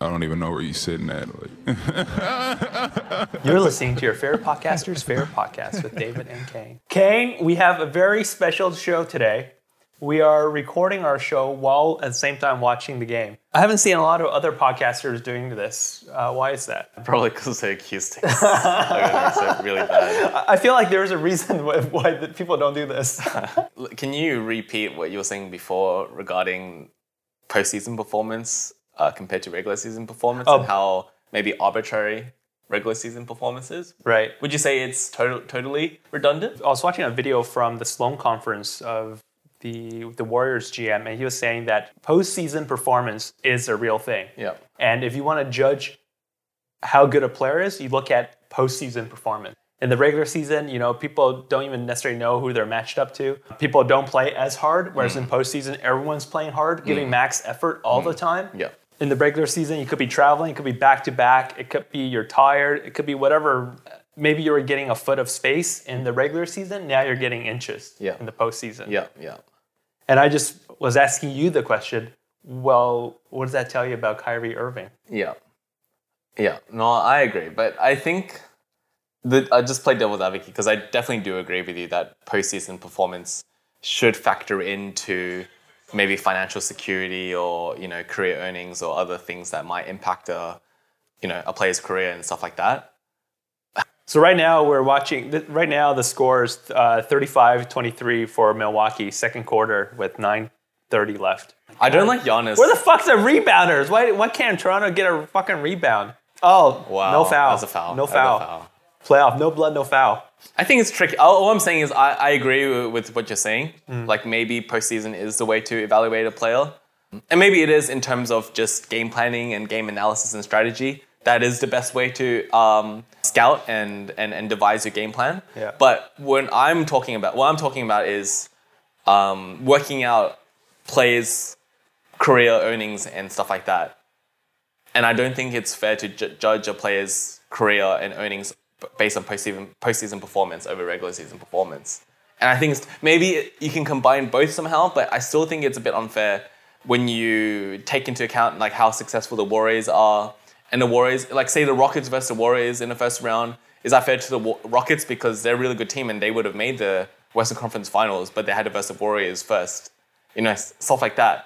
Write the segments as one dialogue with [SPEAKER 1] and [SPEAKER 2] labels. [SPEAKER 1] I don't even know where you're sitting at. Like,
[SPEAKER 2] You're listening to your favorite podcaster's favorite podcast with David and Kane. Kane, we have a very special show today. We are recording our show while at the same time watching the game. I haven't seen a lot of other podcasters doing this. Uh, why is that?
[SPEAKER 3] Probably because they accused things. Like, it's really bad.
[SPEAKER 2] I feel like there's a reason why, why the people don't do this.
[SPEAKER 3] L- Can you repeat what you were saying before regarding postseason performance uh, compared to regular season performance
[SPEAKER 2] Oh.
[SPEAKER 3] and how maybe arbitrary regular season performance is?
[SPEAKER 2] right.
[SPEAKER 3] Would you say it's total, totally redundant?
[SPEAKER 2] I was watching a video from the Sloan conference of the the Warriors GM, and he was saying that postseason performance is a real thing.
[SPEAKER 3] Yeah.
[SPEAKER 2] And if you want to judge how good a player is, you look at postseason performance. In the regular season, you know, people don't even necessarily know who they're matched up to. People don't play as hard, whereas
[SPEAKER 3] Mm.
[SPEAKER 2] in postseason, everyone's playing hard, giving max effort all the time.
[SPEAKER 3] Yeah.
[SPEAKER 2] In the regular season, you could be traveling, it could be back to back, it could be you're tired, it could be whatever. Maybe you were getting a foot of space in the regular season, now you're getting inches
[SPEAKER 3] Yeah.
[SPEAKER 2] in the postseason.
[SPEAKER 3] Yeah. Yeah.
[SPEAKER 2] And I just was asking you the question well, what does that tell you about Kyrie Irving?
[SPEAKER 3] Yeah. Yeah. No, I agree. But I think that I just play devil's advocate because I definitely do agree with you that postseason performance should factor into maybe financial security or, you know, career earnings or other things that might impact a you know, a player's career and stuff like that.
[SPEAKER 2] So right now we're watching. th- Right now the score is uh, 35-23 for Milwaukee, second quarter with 9:30 left.
[SPEAKER 3] I don't like Giannis.
[SPEAKER 2] Where the fuck's the rebounders? Why why can't Toronto get a fucking rebound? Oh,
[SPEAKER 3] wow.
[SPEAKER 2] no foul.
[SPEAKER 3] That's a foul.
[SPEAKER 2] No
[SPEAKER 3] That was
[SPEAKER 2] foul.
[SPEAKER 3] a foul.
[SPEAKER 2] Playoff, no blood, no foul.
[SPEAKER 3] I think it's tricky. All, all I'm saying is I, I agree wi- with what you're saying. Like maybe postseason is the way to evaluate a player, and maybe it is in terms of just game planning and game analysis and strategy. That is the best way to um, scout and, and and devise your game plan.
[SPEAKER 2] Yeah.
[SPEAKER 3] But when I'm talking about what I'm talking about is um, working out players' career earnings and stuff like that. And I don't think it's fair to ju- judge a player's career and earnings b- based on postseason, postseason performance over regular season performance. And I think it's, maybe you can combine both somehow, but I still think it's a bit unfair when you take into account like how successful the Warriors are and the Warriors, like say the Rockets versus the Warriors in the first round. Is that fair to the Wa- Rockets because they're a really good team and they would have made the Western Conference Finals, but they had to versus the Warriors first, you know, s- stuff like that.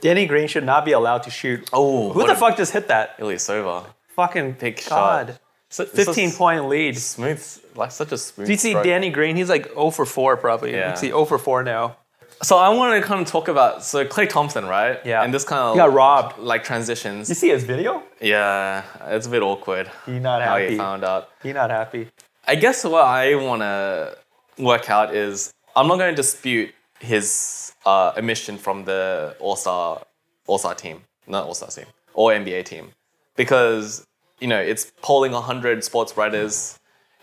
[SPEAKER 2] Danny Green should not be allowed to shoot.
[SPEAKER 3] Oh,
[SPEAKER 2] who
[SPEAKER 3] what
[SPEAKER 2] the
[SPEAKER 3] a-
[SPEAKER 2] fuck just hit that?
[SPEAKER 3] Ilyasova.
[SPEAKER 2] Fucking
[SPEAKER 3] Big
[SPEAKER 2] god.
[SPEAKER 3] shot. So- this was-
[SPEAKER 2] 15 point lead. Do
[SPEAKER 3] smooth, like such a smooth.
[SPEAKER 2] you see
[SPEAKER 3] stroke.
[SPEAKER 2] Danny Green? He's like 0 for 4 probably.
[SPEAKER 3] Yeah.
[SPEAKER 2] You see 0 for 4 now.
[SPEAKER 3] So I want to kind of talk about so Clay Thompson, right?
[SPEAKER 2] Yeah.
[SPEAKER 3] And this kind of
[SPEAKER 2] He got robbed.
[SPEAKER 3] like transitions.
[SPEAKER 2] You see his video?
[SPEAKER 3] Yeah, it's a bit awkward.
[SPEAKER 2] He not
[SPEAKER 3] How
[SPEAKER 2] happy.
[SPEAKER 3] he found out.
[SPEAKER 2] He not happy.
[SPEAKER 3] I guess what I want to work out is I'm not going to dispute his uh, omission from the All Star All Star team, not All Star team, or NBA team, because you know it's polling 100 sports writers.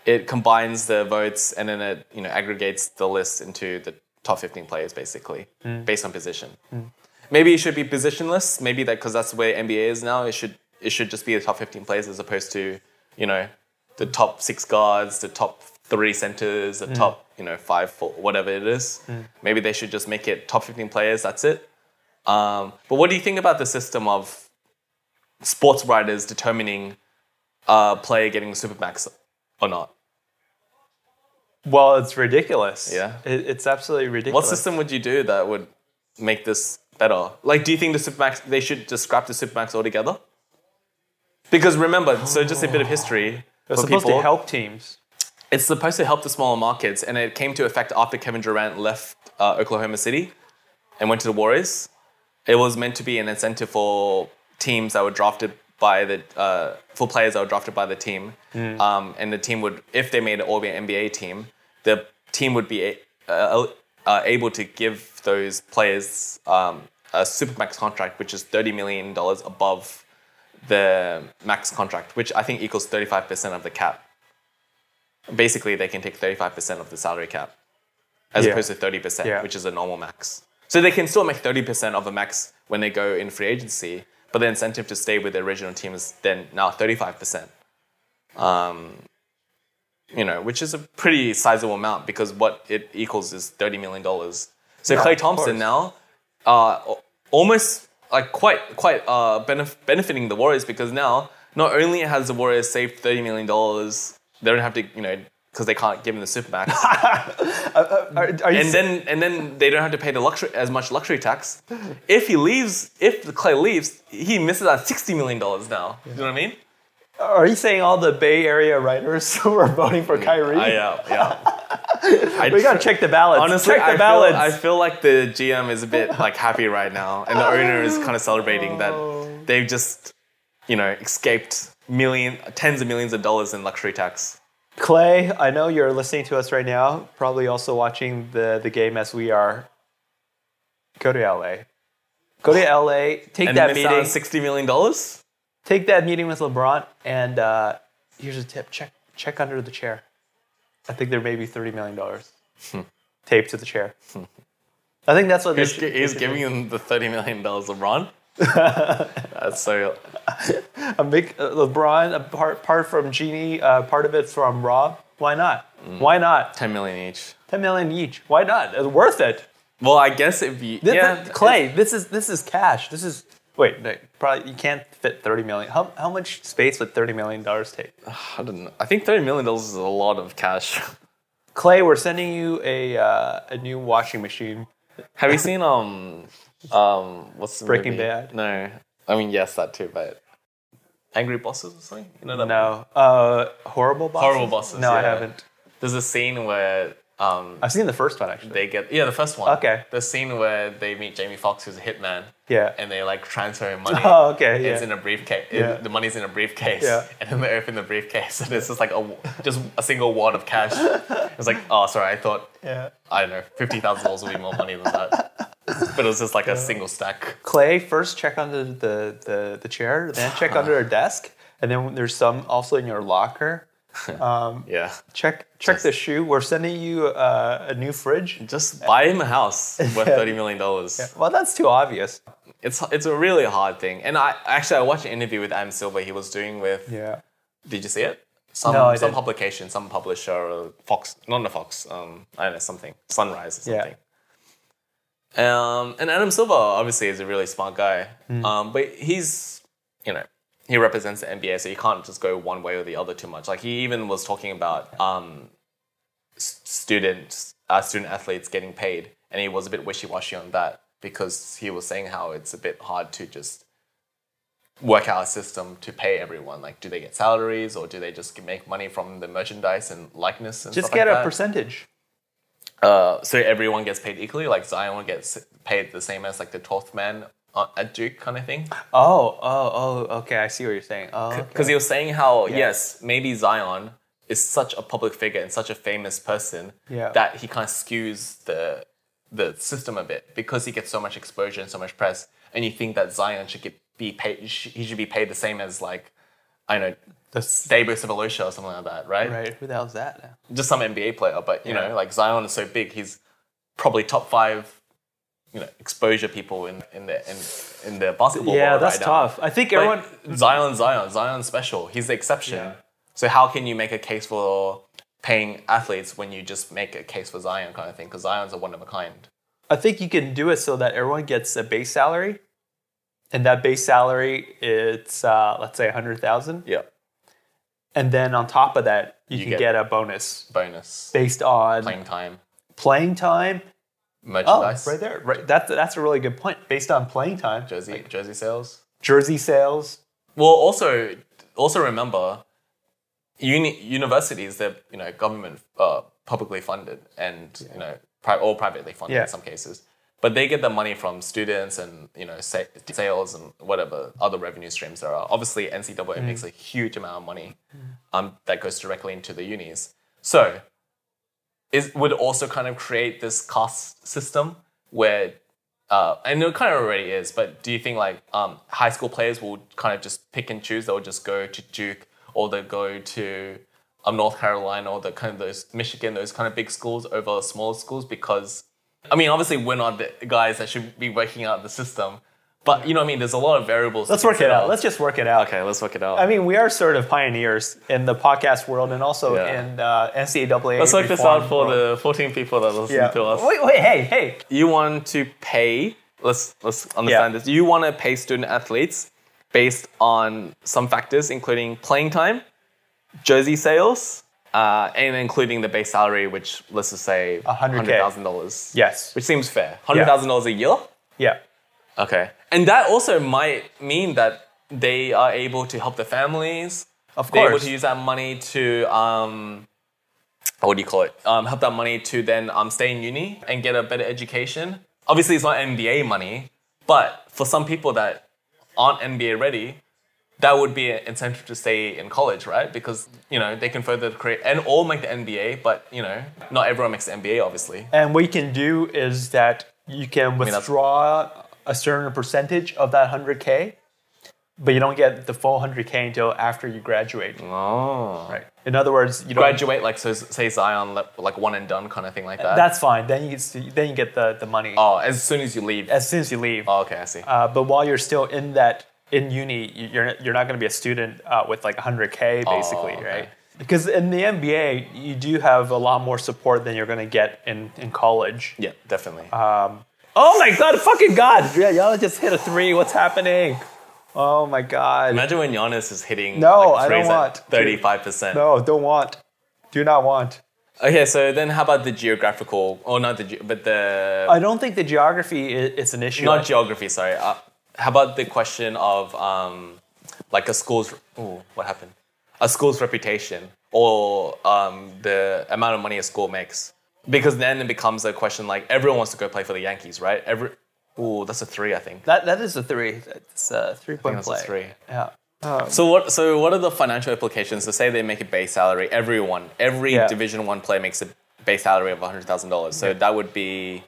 [SPEAKER 3] It combines the votes and then it you know aggregates the list into the top 15 players basically based on position. Maybe it should be positionless. Maybe that because that's the way NBA is now. It should it should just be the top 15 players as opposed to you know the top six guards, the top three centers, the top you know five, four, whatever it is. Maybe they should just make it top 15 players. That's it. Um, but what do you think about the system of sports writers determining a player getting supermax or not?
[SPEAKER 2] Well, it's ridiculous.
[SPEAKER 3] Yeah.
[SPEAKER 2] It, it's absolutely
[SPEAKER 3] What
[SPEAKER 2] ridiculous.
[SPEAKER 3] system would you do that would make this better? Like, do you think the Supermax, they should just scrap the Supermax altogether? Because remember, so just a bit of history.
[SPEAKER 2] It's
[SPEAKER 3] for
[SPEAKER 2] supposed
[SPEAKER 3] people,
[SPEAKER 2] to help teams.
[SPEAKER 3] It's supposed to help the smaller markets, and it came to effect after Kevin Durant left uh, Oklahoma City and went to the Warriors. It was meant to be an incentive for teams that were drafted by the uh, for players that were drafted by the team, um, and the team would, if they made an All NBA team, the team would be a- uh, uh, able to give those players um, a supermax contract, which is thirty million dollars above the max contract, which I think equals thirty five percent of the cap basically they can take 35% of the salary cap as
[SPEAKER 2] Yeah.
[SPEAKER 3] opposed to 30%,
[SPEAKER 2] Yeah.
[SPEAKER 3] which is a normal max. So they can still make 30% of the max when they go in free agency, but the incentive to stay with the original team is then now 35%. Um, you know, which is a pretty sizable amount because what it equals is $30 million. So Clay
[SPEAKER 2] of course.
[SPEAKER 3] Thompson now, uh, al- almost like quite quite uh, benef- benefiting the Warriors because now not only has the Warriors saved thirty million dollars, they don't have to you know because they can't give him the supermax,
[SPEAKER 2] Are, are you
[SPEAKER 3] and
[SPEAKER 2] s-
[SPEAKER 3] then and then they don't have to pay the luxury as much luxury tax. If he leaves, if the Clay leaves, he misses out sixty million dollars now. You know what I mean?
[SPEAKER 2] are you saying all the Bay Area writers who are voting for Kyrie?
[SPEAKER 3] I, uh, yeah. I
[SPEAKER 2] we gotta
[SPEAKER 3] tr-
[SPEAKER 2] check the ballots.
[SPEAKER 3] Honestly,
[SPEAKER 2] check the
[SPEAKER 3] I,
[SPEAKER 2] ballots.
[SPEAKER 3] feel, I feel like the GM is a bit like happy right now, and the owner is kind of
[SPEAKER 2] Oh.
[SPEAKER 3] celebrating that they've just, you know, escaped million, tens of millions of dollars in luxury tax.
[SPEAKER 2] Clay, I know you're listening to us right now, probably also watching the, the game as we are. Go to LA. Go to LA, take
[SPEAKER 3] And
[SPEAKER 2] that
[SPEAKER 3] miss out
[SPEAKER 2] meeting.
[SPEAKER 3] on sixty million dollars.
[SPEAKER 2] Take that meeting with LeBron and uh, here's a tip. Check check under the chair. I think there may be thirty million dollars
[SPEAKER 3] Hmm.
[SPEAKER 2] taped to the chair. I think that's what they
[SPEAKER 3] He's,
[SPEAKER 2] should,
[SPEAKER 3] he's giving them the thirty million dollars LeBron. That's so.
[SPEAKER 2] a big uh, LeBron a part part from Genie, uh, part of it from Rob. Why not? Why not?
[SPEAKER 3] Ten million each.
[SPEAKER 2] Ten million each. Why not? It's worth it.
[SPEAKER 3] Well, I guess if you
[SPEAKER 2] Th-
[SPEAKER 3] yeah,
[SPEAKER 2] th- Clay, this is this is cash. This is wait, no, probably you can't fit thirty million. How how much space would thirty million dollars take?
[SPEAKER 3] I don't know. I think thirty million dollars is a lot of cash.
[SPEAKER 2] Clay, we're sending you a uh, a new washing machine.
[SPEAKER 3] Have you seen um um what's the
[SPEAKER 2] Breaking
[SPEAKER 3] movie?
[SPEAKER 2] Bad?
[SPEAKER 3] No, I mean yes, that too, but Angry Bosses or something. You know that?
[SPEAKER 2] No, uh, horrible bosses.
[SPEAKER 3] Horrible Bosses,
[SPEAKER 2] No, I
[SPEAKER 3] yeah.
[SPEAKER 2] haven't.
[SPEAKER 3] There's a scene where um
[SPEAKER 2] I've seen the first one actually.
[SPEAKER 3] they get yeah the first one.
[SPEAKER 2] Uh, Okay.
[SPEAKER 3] The scene where they meet Jamie Foxx, who's a hitman.
[SPEAKER 2] Yeah.
[SPEAKER 3] And they like transfer him money.
[SPEAKER 2] Oh, okay,
[SPEAKER 3] It's
[SPEAKER 2] yeah.
[SPEAKER 3] in a briefcase.
[SPEAKER 2] Yeah.
[SPEAKER 3] the money's in a briefcase.
[SPEAKER 2] Yeah.
[SPEAKER 3] And then they open the briefcase, and it's just like a w- just a single wad of cash. it's like oh sorry, I thought
[SPEAKER 2] yeah.
[SPEAKER 3] I don't know fifty thousand dollars would be more money than that, but it was just like a single stack.
[SPEAKER 2] Clay, first check under the the, the chair, then check under a desk, and then there's some also in your locker.
[SPEAKER 3] Yeah.
[SPEAKER 2] Check check the shoe. We're sending you uh, a new fridge.
[SPEAKER 3] Just buy him a house worth thirty million dollars.
[SPEAKER 2] Well, that's too obvious.
[SPEAKER 3] It's it's a really hard thing. And I actually I watched an interview with Adam Silver he was doing with
[SPEAKER 2] Yeah.
[SPEAKER 3] did you see it? Some
[SPEAKER 2] No, I
[SPEAKER 3] some
[SPEAKER 2] didn't.
[SPEAKER 3] publication, some publisher or Fox not a Fox, um I don't know, something. Sunrise or
[SPEAKER 2] Yeah.
[SPEAKER 3] something. Um and Adam Silver obviously is a really smart guy. Um but he's you know, he represents the NBA, so you can't just go one way or the other too much. Like he even was talking about um s- students, uh, student athletes getting paid, and he was a bit wishy washy on that because he was saying how it's a bit hard to just work out a system to pay everyone. Like, do they get salaries or do they just make money from the merchandise and likeness and
[SPEAKER 2] Just
[SPEAKER 3] stuff
[SPEAKER 2] get
[SPEAKER 3] like
[SPEAKER 2] a
[SPEAKER 3] that?
[SPEAKER 2] percentage.
[SPEAKER 3] Uh, so everyone gets paid equally. Like Zion gets paid the same as like the twelfth man uh, at Duke kind of thing.
[SPEAKER 2] Oh, oh, oh, okay. I see what you're saying. Oh,
[SPEAKER 3] Because
[SPEAKER 2] okay.
[SPEAKER 3] he was saying how yes, maybe Zion is such a public figure and such a famous person
[SPEAKER 2] Yeah.
[SPEAKER 3] that he kind of skews the the system a bit because he gets so much exposure and so much press, and you think that Zion should get, be paid, sh- he should be paid the same as like I don't know Dabo Sabalosha or something like that, right?
[SPEAKER 2] right. Who the hell's that? Now?
[SPEAKER 3] Just some NBA player, but you
[SPEAKER 2] Yeah.
[SPEAKER 3] know, like Zion is so big, he's probably top five, you know, exposure people in in the in, in the basketball.
[SPEAKER 2] Yeah,
[SPEAKER 3] world
[SPEAKER 2] that's
[SPEAKER 3] right now.
[SPEAKER 2] tough. I think everyone.
[SPEAKER 3] But Zion, Zion, Zion special. He's the exception.
[SPEAKER 2] Yeah.
[SPEAKER 3] So how can you make a case for paying athletes when you just make a case for Zion kind of thing? Because Zion's a one of a kind.
[SPEAKER 2] I think you can do it so that everyone gets a base salary, and that base salary it's uh, let's say a hundred thousand,
[SPEAKER 3] Yeah.
[SPEAKER 2] and then on top of that you,
[SPEAKER 3] You
[SPEAKER 2] can get,
[SPEAKER 3] get-
[SPEAKER 2] a bonus
[SPEAKER 3] Bonus
[SPEAKER 2] based on playing,
[SPEAKER 3] playing time
[SPEAKER 2] time. Oh,
[SPEAKER 3] merchandise.
[SPEAKER 2] right there. Right. That's that's a really good point. Based on playing time,
[SPEAKER 3] Jersey jersey sales.
[SPEAKER 2] jersey sales.
[SPEAKER 3] Well, also also remember, uni- universities they're you know government uh, publicly funded and you know pri- or privately funded
[SPEAKER 2] Yeah.
[SPEAKER 3] in some cases, but they get the money from students and you know sa- sales and whatever other revenue streams there are. Obviously, NCAA makes a huge amount of money um, that goes directly into the unis. So it would also kind of create this cost system where uh, and it kind of already is, but do you think like um, high school players will kind of just pick and choose? They'll just go to Duke or they'll go to um, North Carolina or the kind of those Michigan, those kind of big schools over smaller schools because I mean, obviously we're not the guys that should be working out the system, but you know what I mean. There's a lot of variables.
[SPEAKER 2] Let's work it out. Let's just work it out.
[SPEAKER 3] okay, let's work it out.
[SPEAKER 2] I mean, we are sort of pioneers in the podcast world and also
[SPEAKER 3] Yeah.
[SPEAKER 2] in uh, NCAA.
[SPEAKER 3] let's work this
[SPEAKER 2] reform
[SPEAKER 3] out for
[SPEAKER 2] world.
[SPEAKER 3] the 14 people that listen
[SPEAKER 2] Yeah.
[SPEAKER 3] to us.
[SPEAKER 2] Wait, wait, hey, hey.
[SPEAKER 3] You want to pay Let's let's understand
[SPEAKER 2] Yeah.
[SPEAKER 3] this. You want to pay student athletes based on some factors, including playing time, jersey sales, uh, and including the base salary, which let's just say
[SPEAKER 2] 100K.
[SPEAKER 3] thousand dollars.
[SPEAKER 2] Yes.
[SPEAKER 3] which seems fair. Hundred thousand dollars a year.
[SPEAKER 2] Yeah.
[SPEAKER 3] Okay, and that also might mean that they are able to help their families.
[SPEAKER 2] Of
[SPEAKER 3] They're able
[SPEAKER 2] course.
[SPEAKER 3] to use that money to um, what do you call it? Um, help that money to then um, stay in uni and get a better education. Obviously, it's not MBA money, but for some people that aren't MBA ready, that would be an incentive to stay in college, right? Because you know they can further create and all make the MBA, but you know not everyone makes the MBA, obviously.
[SPEAKER 2] And what you can do is that you can
[SPEAKER 3] that's-
[SPEAKER 2] withdraw a certain percentage of that 100K, but you don't get the full 100K until after you graduate.
[SPEAKER 3] Oh.
[SPEAKER 2] Right. In other words, you don't.
[SPEAKER 3] graduate like so say Zion le- like one and done kind of thing like that.
[SPEAKER 2] That's fine. Then you get, s- then you get the, the money
[SPEAKER 3] oh, as soon as you leave.
[SPEAKER 2] as soon as you leave.
[SPEAKER 3] oh, okay, I see.
[SPEAKER 2] Uh, but while you're still in that in uni, you- you're you're not going to be a student uh, with like 100k basically,
[SPEAKER 3] okay.
[SPEAKER 2] right? Because in the MBA, you do have a lot more support than you're going to get in, in college.
[SPEAKER 3] yeah,
[SPEAKER 2] uh,
[SPEAKER 3] definitely.
[SPEAKER 2] Oh my god, fucking god! Yeah, y'all just hit a three. What's happening? Oh my god!
[SPEAKER 3] Imagine when Giannis is hitting
[SPEAKER 2] No, I don't
[SPEAKER 3] like, threes
[SPEAKER 2] want to.
[SPEAKER 3] at thirty-five percent.
[SPEAKER 2] No, don't want. Do not want.
[SPEAKER 3] Okay, so then how about the geographical? Or not the, ge- but the
[SPEAKER 2] I don't think the geography is, it's an issue.
[SPEAKER 3] not geography. Sorry. Uh, how about the question of um, like a school's? Ooh, what happened? A school's reputation or um, the amount of money a school makes. Because then it becomes a question like everyone wants to go play for the Yankees, right? Every ooh, that's a three, I think.
[SPEAKER 2] that that is a three. It's a three point
[SPEAKER 3] that's a
[SPEAKER 2] play.
[SPEAKER 3] three.
[SPEAKER 2] Yeah.
[SPEAKER 3] So what? So what are the financial implications? So say they make a base salary. Everyone, every
[SPEAKER 2] Yeah.
[SPEAKER 3] Division One player makes a base salary of hundred thousand dollars. So that would be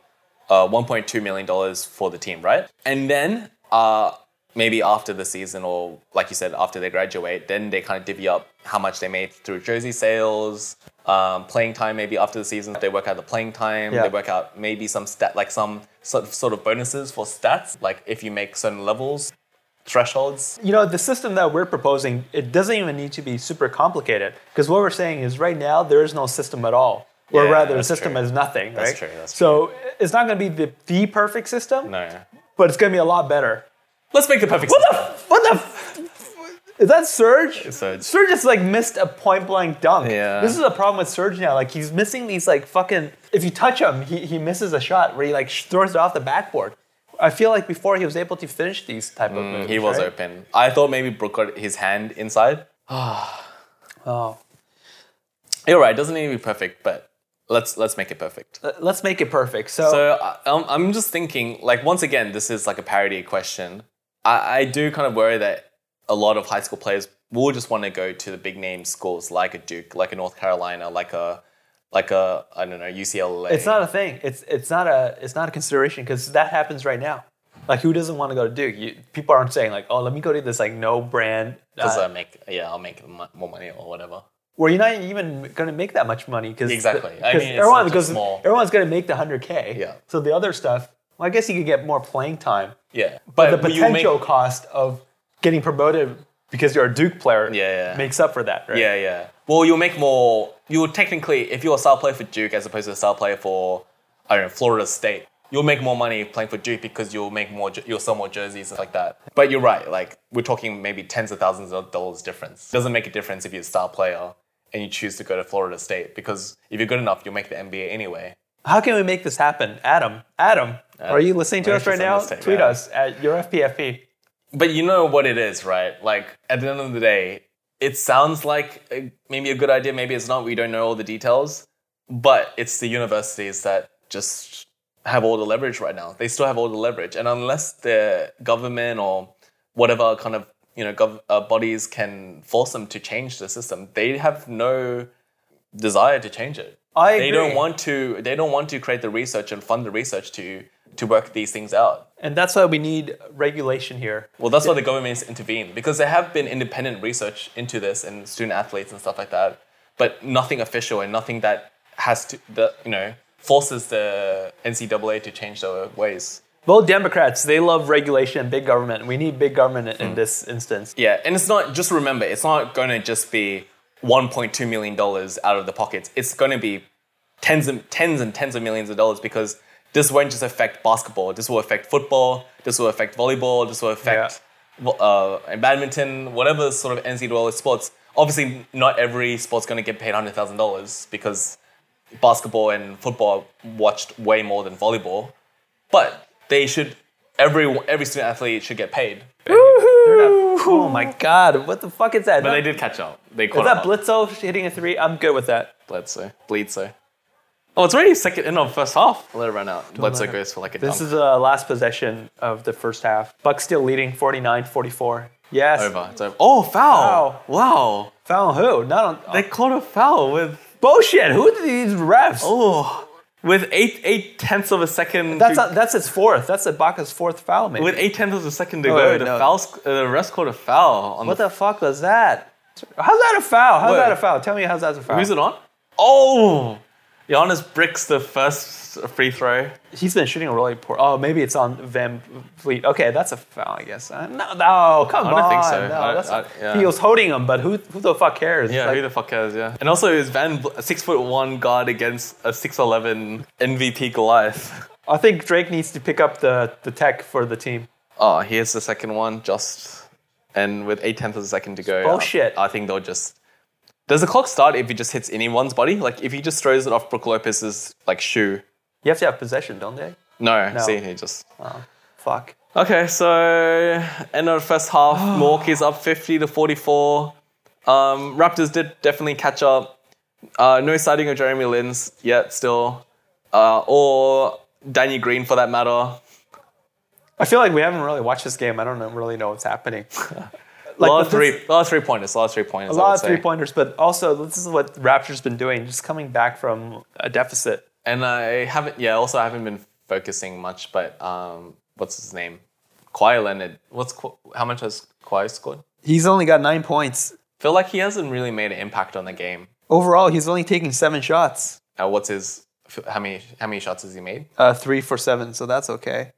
[SPEAKER 3] uh, one point two million dollars for the team, right? And then uh, maybe after the season, or like you said, after they graduate, then they kind of divvy up how much they made through jersey sales, um, playing time. Maybe after the season, they work out the playing time.
[SPEAKER 2] Yeah.
[SPEAKER 3] They work out maybe some stat, like some sort of, sort of bonuses for stats, like if you make certain levels, thresholds.
[SPEAKER 2] you know the system that we're proposing it doesn't even need to be super complicated because what we're saying is right now there is no system at all or
[SPEAKER 3] Yeah,
[SPEAKER 2] rather the
[SPEAKER 3] that's
[SPEAKER 2] system
[SPEAKER 3] true.
[SPEAKER 2] is nothing
[SPEAKER 3] That's
[SPEAKER 2] right
[SPEAKER 3] true, that's
[SPEAKER 2] so it's not going to be the, the perfect system
[SPEAKER 3] No.
[SPEAKER 2] but it's going to be a lot better
[SPEAKER 3] Let's make the perfect.
[SPEAKER 2] what the f- what the f- is that Serge?
[SPEAKER 3] Serge.
[SPEAKER 2] Serge just like missed a point blank dunk.
[SPEAKER 3] Yeah.
[SPEAKER 2] This is a problem with Serge now. Like he's missing these like fucking. If you touch him, he, he misses a shot where he like sh- throws it off the backboard. I feel like before he was able to finish these type of moves.
[SPEAKER 3] Mm, He was
[SPEAKER 2] right?
[SPEAKER 3] open. I thought maybe Brooke got his hand inside.
[SPEAKER 2] Oh.
[SPEAKER 3] You're right. It doesn't need to be perfect, but let's let's make it perfect.
[SPEAKER 2] Let's make it perfect.
[SPEAKER 3] So I, I'm, I'm just thinking, like once again, this is like a parody question. I, I do kind of worry that a lot of high school players will just want to go to the big name schools like a Duke, like a North Carolina, like a like a I don't know UCLA.
[SPEAKER 2] It's not a thing. It's it's not a it's not a consideration because that happens right now. Like who doesn't want to go to Duke? You, people aren't saying like, oh, let me go to this like no brand.
[SPEAKER 3] Does
[SPEAKER 2] Uh,
[SPEAKER 3] that make yeah? I'll make mo- more money or whatever.
[SPEAKER 2] where you're not even going to make that much money because
[SPEAKER 3] Exactly. I mean, it's
[SPEAKER 2] everyone
[SPEAKER 3] such a
[SPEAKER 2] because
[SPEAKER 3] small-
[SPEAKER 2] everyone's going to make the hundred k.
[SPEAKER 3] Yeah.
[SPEAKER 2] So the other stuff, well, I guess you could get more playing time,
[SPEAKER 3] Yeah,
[SPEAKER 2] but the
[SPEAKER 3] you make-
[SPEAKER 2] potential cost of getting promoted because you're a Duke player
[SPEAKER 3] Yeah, yeah.
[SPEAKER 2] makes up for that. Right?
[SPEAKER 3] Yeah, yeah. Well, you'll make more. You'll technically, if you're a star player for Duke as opposed to a star player for, I don't know, Florida State, you'll make more money playing for Duke because you'll make more, jer- you'll sell more jerseys and stuff like that. But you're right. Like we're talking maybe tens of thousands of dollars difference. Doesn't make a difference if you're a star player and you choose to go to Florida State because if you're good enough, you'll make the NBA anyway.
[SPEAKER 2] How can we make this happen, Adam? Adam, are you listening to
[SPEAKER 3] maybe
[SPEAKER 2] us right
[SPEAKER 3] it's a
[SPEAKER 2] now?
[SPEAKER 3] mistake,
[SPEAKER 2] Tweet
[SPEAKER 3] yeah.
[SPEAKER 2] us at your FPFP.
[SPEAKER 3] But you know what it is, right? Like at the end of the day, it sounds like a, maybe a good idea, maybe it's not. We don't know all the details, but it's the universities that just have all the leverage right now. They still have all the leverage, and unless the government or whatever kind of you know gov- uh, bodies can force them to change the system, they have no desire to change it.
[SPEAKER 2] I
[SPEAKER 3] They don't
[SPEAKER 2] agree.
[SPEAKER 3] want to. They don't want to create the research and fund the research to to work these things out.
[SPEAKER 2] And that's why we need regulation here.
[SPEAKER 3] Well, that's why the government needs to intervene because there have been independent research into this and student athletes and stuff like that, but nothing official and nothing that has to, that, you know, forces the NCAA to change their ways.
[SPEAKER 2] Both Democrats, they love regulation and big government. We need big government in-
[SPEAKER 3] Hmm.
[SPEAKER 2] in this instance.
[SPEAKER 3] Yeah, and it's not, just remember, it's not going to just be $1.2 million out of the pockets. It's going to be tens and tens and tens of millions of dollars because this won't just affect basketball. This will affect football. This will affect volleyball. This will affect vo- uh, badminton, whatever sort of NCAA sports. Obviously, not every sport's going to get paid hundred thousand dollars because basketball and football are watched way more than volleyball. But they should every every student athlete should get paid.
[SPEAKER 2] Oh my god, what the fuck is that?
[SPEAKER 3] But they did catch up. They caught
[SPEAKER 2] Is that
[SPEAKER 3] up.
[SPEAKER 2] Blitzo hitting a three? I'm good with that.
[SPEAKER 3] Bledsoe. Bledsoe. Oh, it's already second in of first half. Let it run out. Bledsoe
[SPEAKER 2] let it-
[SPEAKER 3] goes for like a
[SPEAKER 2] This
[SPEAKER 3] dunk.
[SPEAKER 2] is the last possession of the first half. Bucks still leading 49 44. Yes.
[SPEAKER 3] over. It's over. Oh, foul. Wow.
[SPEAKER 2] Foul on who? Not on.
[SPEAKER 3] They called a foul with
[SPEAKER 2] bullshit. Who are these refs?
[SPEAKER 3] oh with eight eight tenths of a second.
[SPEAKER 2] that's
[SPEAKER 3] to-
[SPEAKER 2] a, that's his fourth. That's Ibaka's fourth foul, man.
[SPEAKER 3] with eight tenths of a second to
[SPEAKER 2] Oh,
[SPEAKER 3] go.
[SPEAKER 2] wait,
[SPEAKER 3] The
[SPEAKER 2] no.
[SPEAKER 3] foul. sc- Uh, the refs called a foul on
[SPEAKER 2] what
[SPEAKER 3] the.
[SPEAKER 2] the fuck was that? How's that a foul? How's
[SPEAKER 3] Wait.
[SPEAKER 2] that a foul? Tell me how's that a foul.
[SPEAKER 3] Who's it on? Oh, Giannis bricks the first free throw.
[SPEAKER 2] He's been shooting really poor. Oh, maybe it's on Van Fleet. Okay, that's a foul, I guess. Uh, No, no, come on.
[SPEAKER 3] I don't think so.
[SPEAKER 2] No,
[SPEAKER 3] I-
[SPEAKER 2] that's
[SPEAKER 3] I-
[SPEAKER 2] not-
[SPEAKER 3] yeah.
[SPEAKER 2] He was holding him, but who who the fuck cares?
[SPEAKER 3] Yeah,
[SPEAKER 2] Like,
[SPEAKER 3] who the fuck cares? Yeah, and also is Van Bl- a six foot one guard against a six eleven MVP Goliath.
[SPEAKER 2] I think Drake needs to pick up the, the tech for the team.
[SPEAKER 3] Oh, here's the second one, just and with eight tenths of a second to go.
[SPEAKER 2] Bullshit.
[SPEAKER 3] I, I think they'll just. Does the clock start if he just hits anyone's body? Like if he just throws it off Brook Lopez's like shoe?
[SPEAKER 2] You have to have possession, don't they?
[SPEAKER 3] No, see, he just.
[SPEAKER 2] Fuck.
[SPEAKER 3] Okay, so end of the first half, Milwaukee's up fifty to forty-four. Um, Raptors did definitely catch up. Uh, no sighting of Jeremy Lin's yet, still, uh, or Danny Green for that matter.
[SPEAKER 2] I feel like we haven't really watched this game. I don't know, really know what's happening.
[SPEAKER 3] A
[SPEAKER 2] like
[SPEAKER 3] lot of
[SPEAKER 2] this-
[SPEAKER 3] three, a lot of three pointers, a lot of three pointers.
[SPEAKER 2] a lot of three pointers, but also this is what Raptors been doing, just coming back from a deficit.
[SPEAKER 3] And I haven't, yeah, also I haven't been focusing much, but um, what's his name? Kawhi Leonard. What's Ka- how much has Kawhi scored?
[SPEAKER 2] He's only got nine points
[SPEAKER 3] Feel like he hasn't really made an impact on the game.
[SPEAKER 2] overall. He's only taking seven shots,
[SPEAKER 3] Uh, what's his? f- How many how many shots has he made?
[SPEAKER 2] uh, three for seven, so that's okay.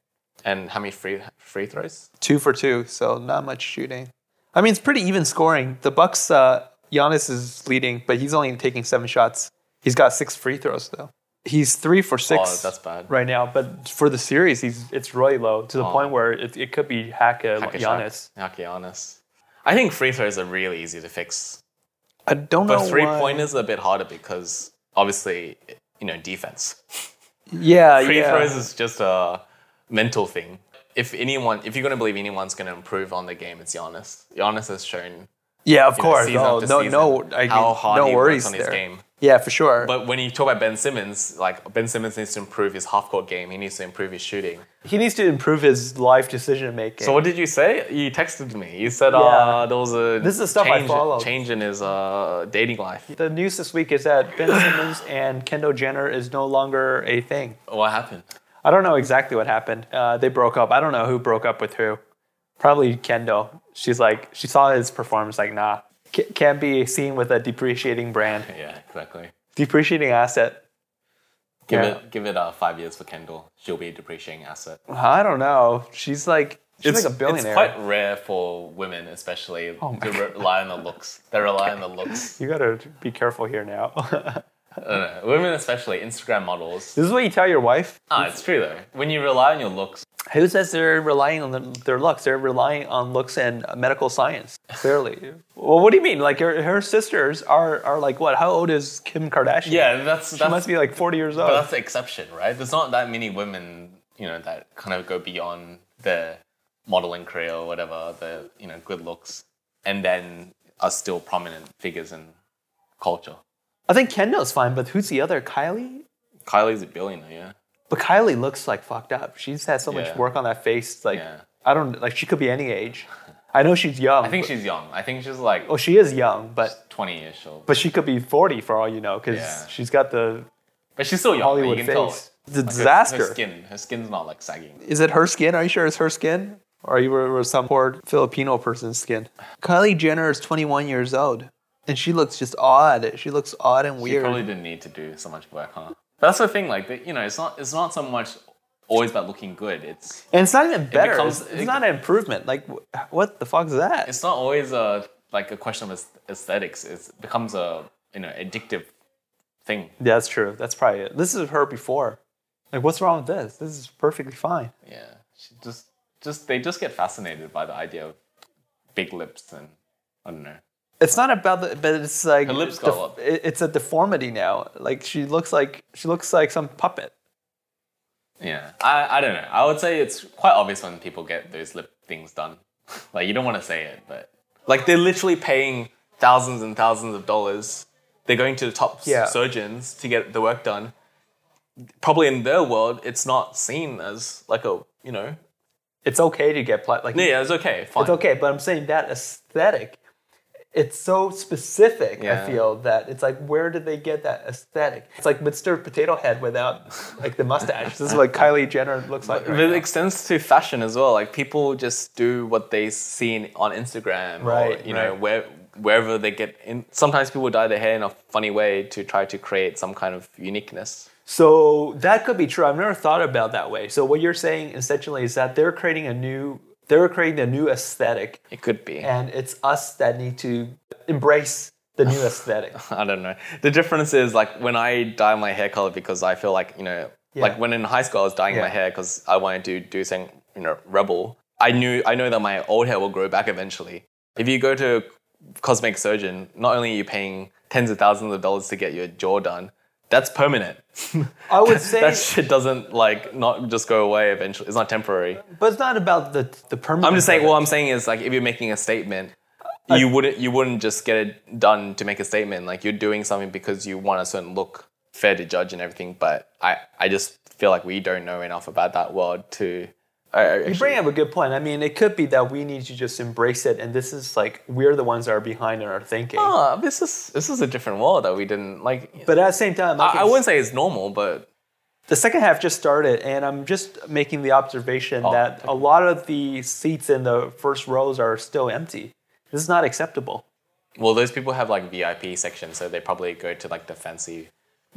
[SPEAKER 3] And how many free free throws?
[SPEAKER 2] Two for two, so not much shooting. I mean, it's pretty even scoring. The Bucks, uh, Giannis is leading, but he's only taking seven shots. He's got six free throws though. He's three for six.
[SPEAKER 3] Oh, that's bad.
[SPEAKER 2] right now. But for the series, he's it's really low to the point where it, it could be Haka,
[SPEAKER 3] Hack a Oh. shot.
[SPEAKER 2] Giannis.
[SPEAKER 3] Hack a Giannis. I think free throws are really easy to fix.
[SPEAKER 2] I don't
[SPEAKER 3] But
[SPEAKER 2] know
[SPEAKER 3] three
[SPEAKER 2] why.
[SPEAKER 3] pointers are a bit harder because obviously, you know, defense.
[SPEAKER 2] Yeah,
[SPEAKER 3] free
[SPEAKER 2] yeah.
[SPEAKER 3] throws is just a mental thing. If anyone, if you're gonna believe anyone's gonna improve on the game, it's Giannis. Giannis has shown
[SPEAKER 2] yeah, of
[SPEAKER 3] you know,
[SPEAKER 2] course.
[SPEAKER 3] season
[SPEAKER 2] Oh,
[SPEAKER 3] after
[SPEAKER 2] no,
[SPEAKER 3] season
[SPEAKER 2] no, I,
[SPEAKER 3] how hard
[SPEAKER 2] no
[SPEAKER 3] he
[SPEAKER 2] worries
[SPEAKER 3] works on his
[SPEAKER 2] there.
[SPEAKER 3] game.
[SPEAKER 2] Yeah, for sure.
[SPEAKER 3] But when you talk about Ben Simmons, like Ben Simmons needs to improve his half court game. He needs to improve his shooting.
[SPEAKER 2] he needs to improve his life decision making.
[SPEAKER 3] So what did you say? You texted me. You said,
[SPEAKER 2] Yeah.
[SPEAKER 3] uh, there was a
[SPEAKER 2] This is the stuff I
[SPEAKER 3] change,
[SPEAKER 2] follow.
[SPEAKER 3] change in his uh, dating life.
[SPEAKER 2] the news this week is that Ben Simmons and Kendall Jenner is no longer a thing.
[SPEAKER 3] What happened?
[SPEAKER 2] I don't know exactly what happened. Uh, they broke up. I don't know who broke up with who. Probably Kendall. She's like, she saw his performance, like, nah, C- can't be seen with a depreciating brand,
[SPEAKER 3] Yeah, exactly.
[SPEAKER 2] depreciating asset.
[SPEAKER 3] Give
[SPEAKER 2] Yeah.
[SPEAKER 3] it give it uh, five years for Kendall. She'll be a depreciating asset.
[SPEAKER 2] I don't know. She's like she's like a
[SPEAKER 3] it's
[SPEAKER 2] billionaire. Oh
[SPEAKER 3] quite rare for women, especially, to rely on the looks. They rely on the looks.
[SPEAKER 2] you gotta be careful here now.
[SPEAKER 3] Uh, women, especially Instagram models.
[SPEAKER 2] this is what you tell your wife.
[SPEAKER 3] Ah, it's true though. When you rely on your looks,
[SPEAKER 2] Who says they're relying on the, their looks? They're relying on looks and medical science. Clearly. well, what do you mean? Like her, her sisters are are like what? How old is Kim Kardashian?
[SPEAKER 3] yeah, that's
[SPEAKER 2] she
[SPEAKER 3] that's,
[SPEAKER 2] must be like forty years old.
[SPEAKER 3] that's the exception, right? There's not that many women, you know, that kind of go beyond their modeling career or whatever, the you know, good looks, and then are still prominent figures in culture.
[SPEAKER 2] I think Kendall's fine, but who's the other? Kylie.
[SPEAKER 3] Kylie's a billionaire, yeah.
[SPEAKER 2] But Kylie looks like fucked up. She's had so much
[SPEAKER 3] Yeah.
[SPEAKER 2] work on that face. Like
[SPEAKER 3] Yeah.
[SPEAKER 2] I don't like. She could be any age. I know she's young.
[SPEAKER 3] I think she's young. I think she's like
[SPEAKER 2] Well, she is young, but
[SPEAKER 3] 20-ish or
[SPEAKER 2] Oh, But she could be 40 for all you know because
[SPEAKER 3] Yeah.
[SPEAKER 2] she's got the
[SPEAKER 3] But she's still young.
[SPEAKER 2] Hollywood
[SPEAKER 3] you can tell.
[SPEAKER 2] face. The
[SPEAKER 3] Like, her- Her,
[SPEAKER 2] disaster.
[SPEAKER 3] skin, her skin's not like sagging.
[SPEAKER 2] Is it her skin? Are you sure it's her skin? Or you were, were some poor Filipino person's skin? Kylie Jenner is 21 years old and she looks just odd. She looks odd and
[SPEAKER 3] You
[SPEAKER 2] weird.
[SPEAKER 3] probably didn't need to do so much work, huh? But that's the thing. Like, that- you know, it's not. It's not so much always about looking good. It's
[SPEAKER 2] and it's not even better.
[SPEAKER 3] becomes-
[SPEAKER 2] it's it's
[SPEAKER 3] it-
[SPEAKER 2] not an improvement. Like, wh- what the fuck is that?
[SPEAKER 3] it's not always a like a question of aes- aesthetics. It's, it becomes a you know addictive thing.
[SPEAKER 2] yeah, that's true. That's probably it. This is her before. Like, what's wrong with this? This is perfectly fine.
[SPEAKER 3] Yeah, she just just they just get fascinated by the idea of big lips and I don't know.
[SPEAKER 2] It's not about the, but it's like
[SPEAKER 3] Her lips go up.
[SPEAKER 2] it- It's a deformity now. Like she looks like she looks like some puppet.
[SPEAKER 3] Yeah, I I don't know. I would say it's quite obvious when people get those lip things done. like you don't want to say it, but like they're literally paying thousands and thousands of dollars. They're going to the top s-
[SPEAKER 2] Yeah.
[SPEAKER 3] surgeons to get the work done. Probably in their world, it's not seen as like a you know
[SPEAKER 2] It's okay to get pla- like
[SPEAKER 3] yeah it's okay fine
[SPEAKER 2] it's okay, but I'm saying that aesthetic. It's so specific.
[SPEAKER 3] Yeah.
[SPEAKER 2] I feel that it's like where did they get that aesthetic? It's like Mr. Potato Head without like the mustache. this is what Kylie Jenner looks like.
[SPEAKER 3] But
[SPEAKER 2] right
[SPEAKER 3] it
[SPEAKER 2] now.
[SPEAKER 3] extends to fashion as well. Like people just do what they seen on Instagram,
[SPEAKER 2] Right,
[SPEAKER 3] Or, you know,
[SPEAKER 2] right.
[SPEAKER 3] where wherever they get in. Sometimes people dye their hair in a funny way to try to create some kind of uniqueness.
[SPEAKER 2] So that could be true. I've never thought about it that way. So what you're saying essentially is that they're creating a new they're creating a new aesthetic
[SPEAKER 3] It could be.
[SPEAKER 2] and it's us that need to embrace the new aesthetic.
[SPEAKER 3] I don't know. The difference is like when I dye my hair color because I feel like you know, like when in high school I was dyeing my
[SPEAKER 2] Yeah.
[SPEAKER 3] hair because I wanted to do something you know rebel. I knew I know that my old hair will grow back eventually. If you go to a cosmetic surgeon, not only are you paying tens of thousands of dollars to get your jaw done, that's permanent.
[SPEAKER 2] I would say,
[SPEAKER 3] that shit doesn't like not just go away eventually. It's not temporary.
[SPEAKER 2] but it's not about the the permanent.
[SPEAKER 3] I'm just saying.
[SPEAKER 2] of it.
[SPEAKER 3] What I'm saying is like if you're making a statement, you wouldn't you wouldn't just get it done to make a statement. Like you're doing something because you want a certain look, fair to judge and everything. But I I just feel like we don't know enough about that world to. I, I
[SPEAKER 2] you
[SPEAKER 3] actually-
[SPEAKER 2] bring up a good point. I mean, it could be that we need to just embrace it, and this is like we're the ones that are behind in our thinking.
[SPEAKER 3] Ah, this is this is a different world that we didn't like.
[SPEAKER 2] But at the same time,
[SPEAKER 3] I, I wouldn't say it's normal, but
[SPEAKER 2] the second half just started, and I'm just making the observation
[SPEAKER 3] Oh,
[SPEAKER 2] that a lot of the seats in the first rows are still empty. This is not acceptable.
[SPEAKER 3] well, those people have like VIP section, so they probably go to like the fancy.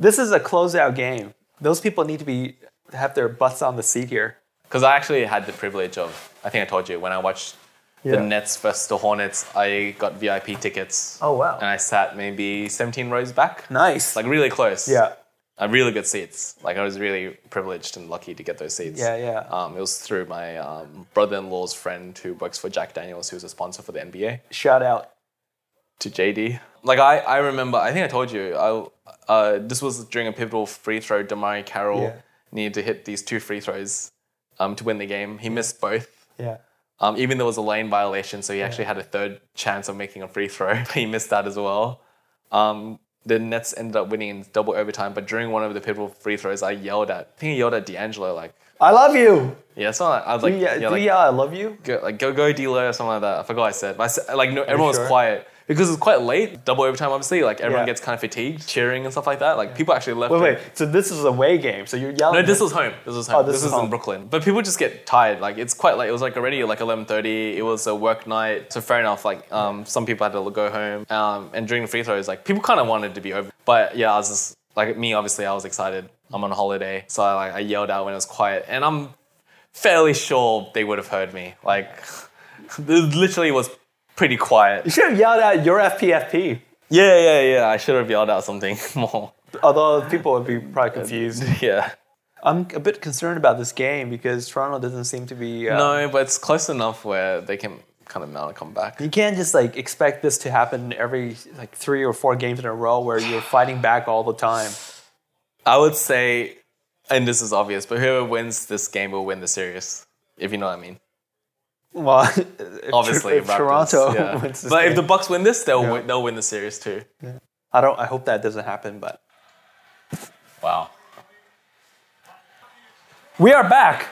[SPEAKER 2] This is a closeout game. Those people need to be have their butts on the seat here.
[SPEAKER 3] Because I actually had the privilege of, I think I told you when I watched the Nets versus the Hornets, I got VIP tickets.
[SPEAKER 2] Oh, wow.
[SPEAKER 3] And I sat maybe 17 rows back.
[SPEAKER 2] Nice.
[SPEAKER 3] Like really close.
[SPEAKER 2] yeah.
[SPEAKER 3] Uh, really good seats. Like I was really privileged and lucky to get those seats.
[SPEAKER 2] Yeah, yeah.
[SPEAKER 3] Um, it was through my um, brother-in-law's friend who works for Jack Daniels, who's a sponsor for the NBA
[SPEAKER 2] Shout out.
[SPEAKER 3] to JD. Like I, I remember, I think I told you, I, uh, this was during a pivotal free throw. Damari Carroll
[SPEAKER 2] Yeah.
[SPEAKER 3] needed to hit these two free throws um, to win the game. He missed both.
[SPEAKER 2] Yeah.
[SPEAKER 3] Um, even there was a lane violation, so he actually had a third chance of making a free throw, but he missed that as well. Um, the Nets ended up winning in double overtime, but during one of the pivotal free throws, I yelled at, I think I yelled at D'Angelo, like,
[SPEAKER 2] I love you.
[SPEAKER 3] yeah, it's not, I was like,
[SPEAKER 2] yeah,
[SPEAKER 3] yeah,
[SPEAKER 2] do
[SPEAKER 3] like,
[SPEAKER 2] you yell I love you.
[SPEAKER 3] go, like, go, go, D'Lo, or something like that. I forgot what I said. But I said like, no, everyone
[SPEAKER 2] sure?
[SPEAKER 3] was quiet because it was quite late, double overtime, obviously. Like, everyone
[SPEAKER 2] Yeah.
[SPEAKER 3] gets kind of fatigued, cheering and stuff like that. Like, people actually left.
[SPEAKER 2] Wait,
[SPEAKER 3] during-
[SPEAKER 2] wait. So this is a away game. So you're yelling.
[SPEAKER 3] no, this
[SPEAKER 2] at-
[SPEAKER 3] was home. This was home.
[SPEAKER 2] Oh, this
[SPEAKER 3] this
[SPEAKER 2] is
[SPEAKER 3] was
[SPEAKER 2] home.
[SPEAKER 3] in Brooklyn. But people just get tired. Like it's quite late. It was like already like eleven thirty. It was a work night, so fair enough. Like um, some people had to go home. Um, and during the free throws, like people kind of wanted to be over. But yeah, I was just like me. Obviously, I was excited. I'm on holiday, so I like I yelled out when it was quiet, and I'm fairly sure they would have heard me. Like it literally was pretty quiet.
[SPEAKER 2] You should have yelled out your FPFP.
[SPEAKER 3] Yeah, yeah, yeah. I should have yelled out something more.
[SPEAKER 2] Although people would be probably confused.
[SPEAKER 3] Yeah.
[SPEAKER 2] I'm a bit concerned about this game because Toronto doesn't seem to be. Uh,
[SPEAKER 3] No, but it's close enough where they can kind of mount a comeback.
[SPEAKER 2] You can't just like expect this to happen every like three or four games in a row where you're fighting back all the time.
[SPEAKER 3] I would say, and this is obvious, but whoever wins this game will win the series. If you know what I mean.
[SPEAKER 2] Well, if-
[SPEAKER 3] Obviously,
[SPEAKER 2] if
[SPEAKER 3] Raptors,
[SPEAKER 2] Toronto
[SPEAKER 3] yeah.
[SPEAKER 2] wins this
[SPEAKER 3] but
[SPEAKER 2] game,
[SPEAKER 3] if the Bucks win this, they'll win, they'll win the series too.
[SPEAKER 2] I don't. I hope that doesn't happen. But
[SPEAKER 3] Wow.
[SPEAKER 2] we are back.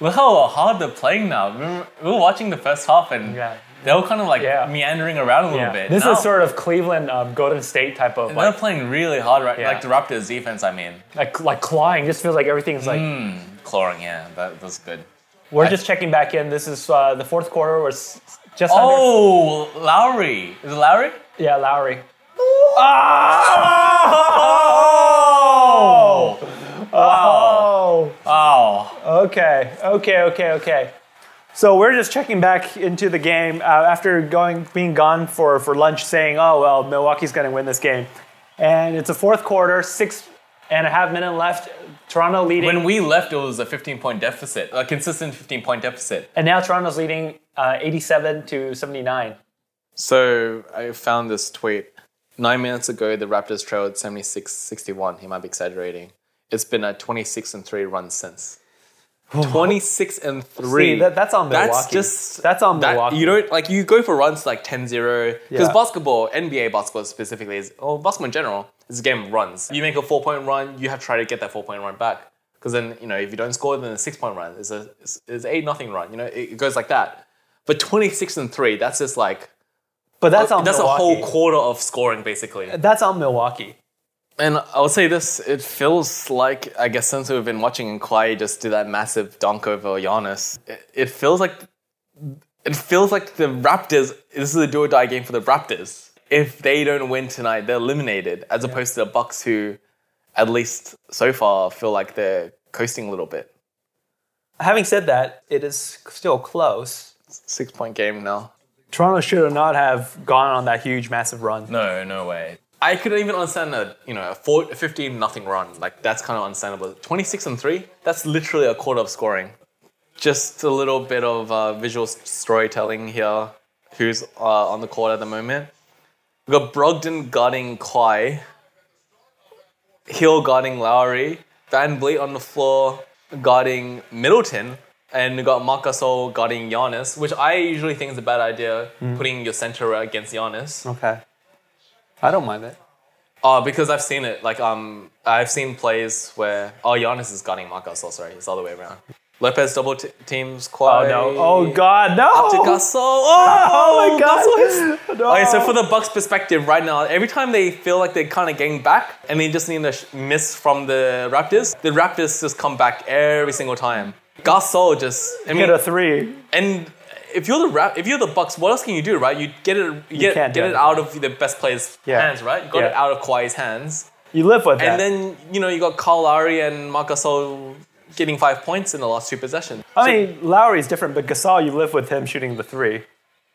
[SPEAKER 3] Look how hard they're playing now. We were, we were watching the first half and
[SPEAKER 4] Yeah.
[SPEAKER 3] they were kind of like
[SPEAKER 4] Yeah.
[SPEAKER 3] meandering around a little
[SPEAKER 4] Yeah.
[SPEAKER 3] bit.
[SPEAKER 4] This
[SPEAKER 3] Now,
[SPEAKER 4] is sort of Cleveland, um, Golden State type of
[SPEAKER 3] They're
[SPEAKER 4] like,
[SPEAKER 3] playing really hard, right?
[SPEAKER 4] Yeah.
[SPEAKER 3] Like the Raptors defense, I mean.
[SPEAKER 4] like like clawing. Just feels like everything's like
[SPEAKER 2] Mm,
[SPEAKER 3] Clawing, yeah. That was good.
[SPEAKER 4] we're just checking back in. This is uh, the fourth quarter. We're s- just
[SPEAKER 3] Oh, Lowry. Is it Lowry?
[SPEAKER 4] under. Yeah, Lowry.
[SPEAKER 3] Oh!
[SPEAKER 4] Oh,
[SPEAKER 3] Oh.
[SPEAKER 4] okay, okay, okay, okay.
[SPEAKER 2] So we're just checking back into the game uh, after going being gone for for lunch, saying, "Oh well, Milwaukee's going to win this game," and it's a fourth quarter, six and a half minute left. Toronto leading.
[SPEAKER 3] When we left, it was a 15 point deficit, a consistent 15 point deficit.
[SPEAKER 2] and now Toronto's leading uh, 87 to 79.
[SPEAKER 3] So I found this tweet. Nine minutes ago, the Raptors trailed 76 61. He might be exaggerating. It's been a 26 and 3 run since. 26 and 3.
[SPEAKER 2] Oh. See, that- that's on
[SPEAKER 3] That's
[SPEAKER 2] Milwaukee.
[SPEAKER 3] just.
[SPEAKER 2] That's on Milwaukee.
[SPEAKER 3] You don't like, you go for runs like 10 0. Because
[SPEAKER 2] Yeah.
[SPEAKER 3] basketball, NBA basketball specifically, is, or basketball in general, is a game of runs. You make a four point run, you have to try to get that four point run back. Because then, you know, if you don't score, then a six point run is a is 8 nothing run. You know, it, it goes like that. But 26 and 3, that's just like.
[SPEAKER 2] But that's on
[SPEAKER 3] Oh, That's
[SPEAKER 2] Milwaukee.
[SPEAKER 3] a whole quarter of scoring, basically.
[SPEAKER 2] That's on Milwaukee.
[SPEAKER 3] And I'll say this: it feels like, I guess, since we've been watching and Kawhi just do that massive dunk over Giannis, it, it feels like it feels like the Raptors. This is a do or die game for the Raptors. If they don't win tonight, they're eliminated. As opposed to the Bucks, who, at least so far, feel like they're coasting a little bit.
[SPEAKER 2] Having said that, it is still close.
[SPEAKER 3] Six point game now.
[SPEAKER 2] Toronto should not have gone on that huge, massive run.
[SPEAKER 3] No, no way. I couldn't even understand a you know a, four, a 15 nothing run like that's kind of understandable. 26 and three, that's literally a quarter of scoring. Just a little bit of uh, visual s- storytelling here. Who's uh, on the court at the moment? We got Brogdon guarding Kawhi, Hill guarding Lowry, Van Bleet on the floor guarding Middleton, and we got Marc Gasol guarding Giannis, which I usually think is a bad idea, putting your center against Giannis.
[SPEAKER 2] Okay. I don't mind it.
[SPEAKER 3] Oh, because I've seen it. Like, um, I've seen plays where oh, Giannis is guarding Marc Gasol. Sorry, it's the other way around. Lopez double t- teams.
[SPEAKER 2] Oh,
[SPEAKER 3] Kawhi.
[SPEAKER 2] no. Oh, God, no.
[SPEAKER 3] To Gasol. Oh,
[SPEAKER 2] Oh, my God. Oh.
[SPEAKER 3] Gasol hits-
[SPEAKER 2] No.
[SPEAKER 3] Okay, so for the Bucks' perspective, right now, every time they feel like they're kind of getting back and they just need a sh- miss from the Raptors, the Raptors just come back every single time. Gasol just. I mean,
[SPEAKER 2] Hit a three.
[SPEAKER 3] and if you're the rap, if you're the Bucks, what else can you do, right? You get it, you get,
[SPEAKER 2] can't do
[SPEAKER 3] get it out of the best player's
[SPEAKER 2] Yeah.
[SPEAKER 3] hands, right? You got it
[SPEAKER 2] Yeah.
[SPEAKER 3] out of Kawhi's hands,
[SPEAKER 2] You live with that.
[SPEAKER 3] and then you know you got Kyle Lowry and Marcusol getting five points in the last two possessions.
[SPEAKER 2] I mean, Lowry's different, but Gasol, you live with him shooting the three.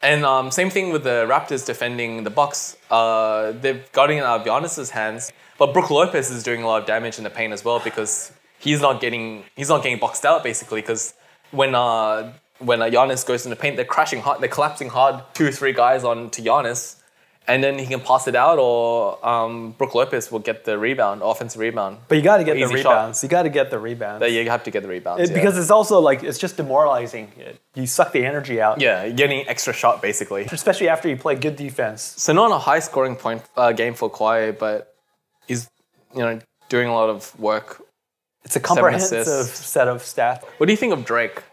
[SPEAKER 3] And um, same thing with the Raptors defending the Bucks. Uh, they've gotten it out of Giannis's hands, but Brooke Lopez is doing a lot of damage in the paint as well because he's not getting he's not getting boxed out basically because when uh, when uh, Giannis goes in the paint, they're crashing hard, they're collapsing hard, two three guys on to Giannis, and then he can pass it out or um, Brooke Lopez will get the rebound, offensive rebound.
[SPEAKER 2] But you got to get the
[SPEAKER 3] Easy shot.
[SPEAKER 2] rebounds. You got to get the rebounds.
[SPEAKER 3] But you have to get the rebound
[SPEAKER 2] It- Because it's also like, it's just demoralizing. It- You suck the energy out,
[SPEAKER 3] yeah, you're getting extra shot basically.
[SPEAKER 2] especially after you play good defense.
[SPEAKER 3] So not a high scoring point uh, game for Kawhi, but he's you know doing a lot of work.
[SPEAKER 2] It's a
[SPEAKER 3] Seven
[SPEAKER 2] comprehensive
[SPEAKER 3] assists.
[SPEAKER 2] set of stats.
[SPEAKER 3] What do you think of Drake?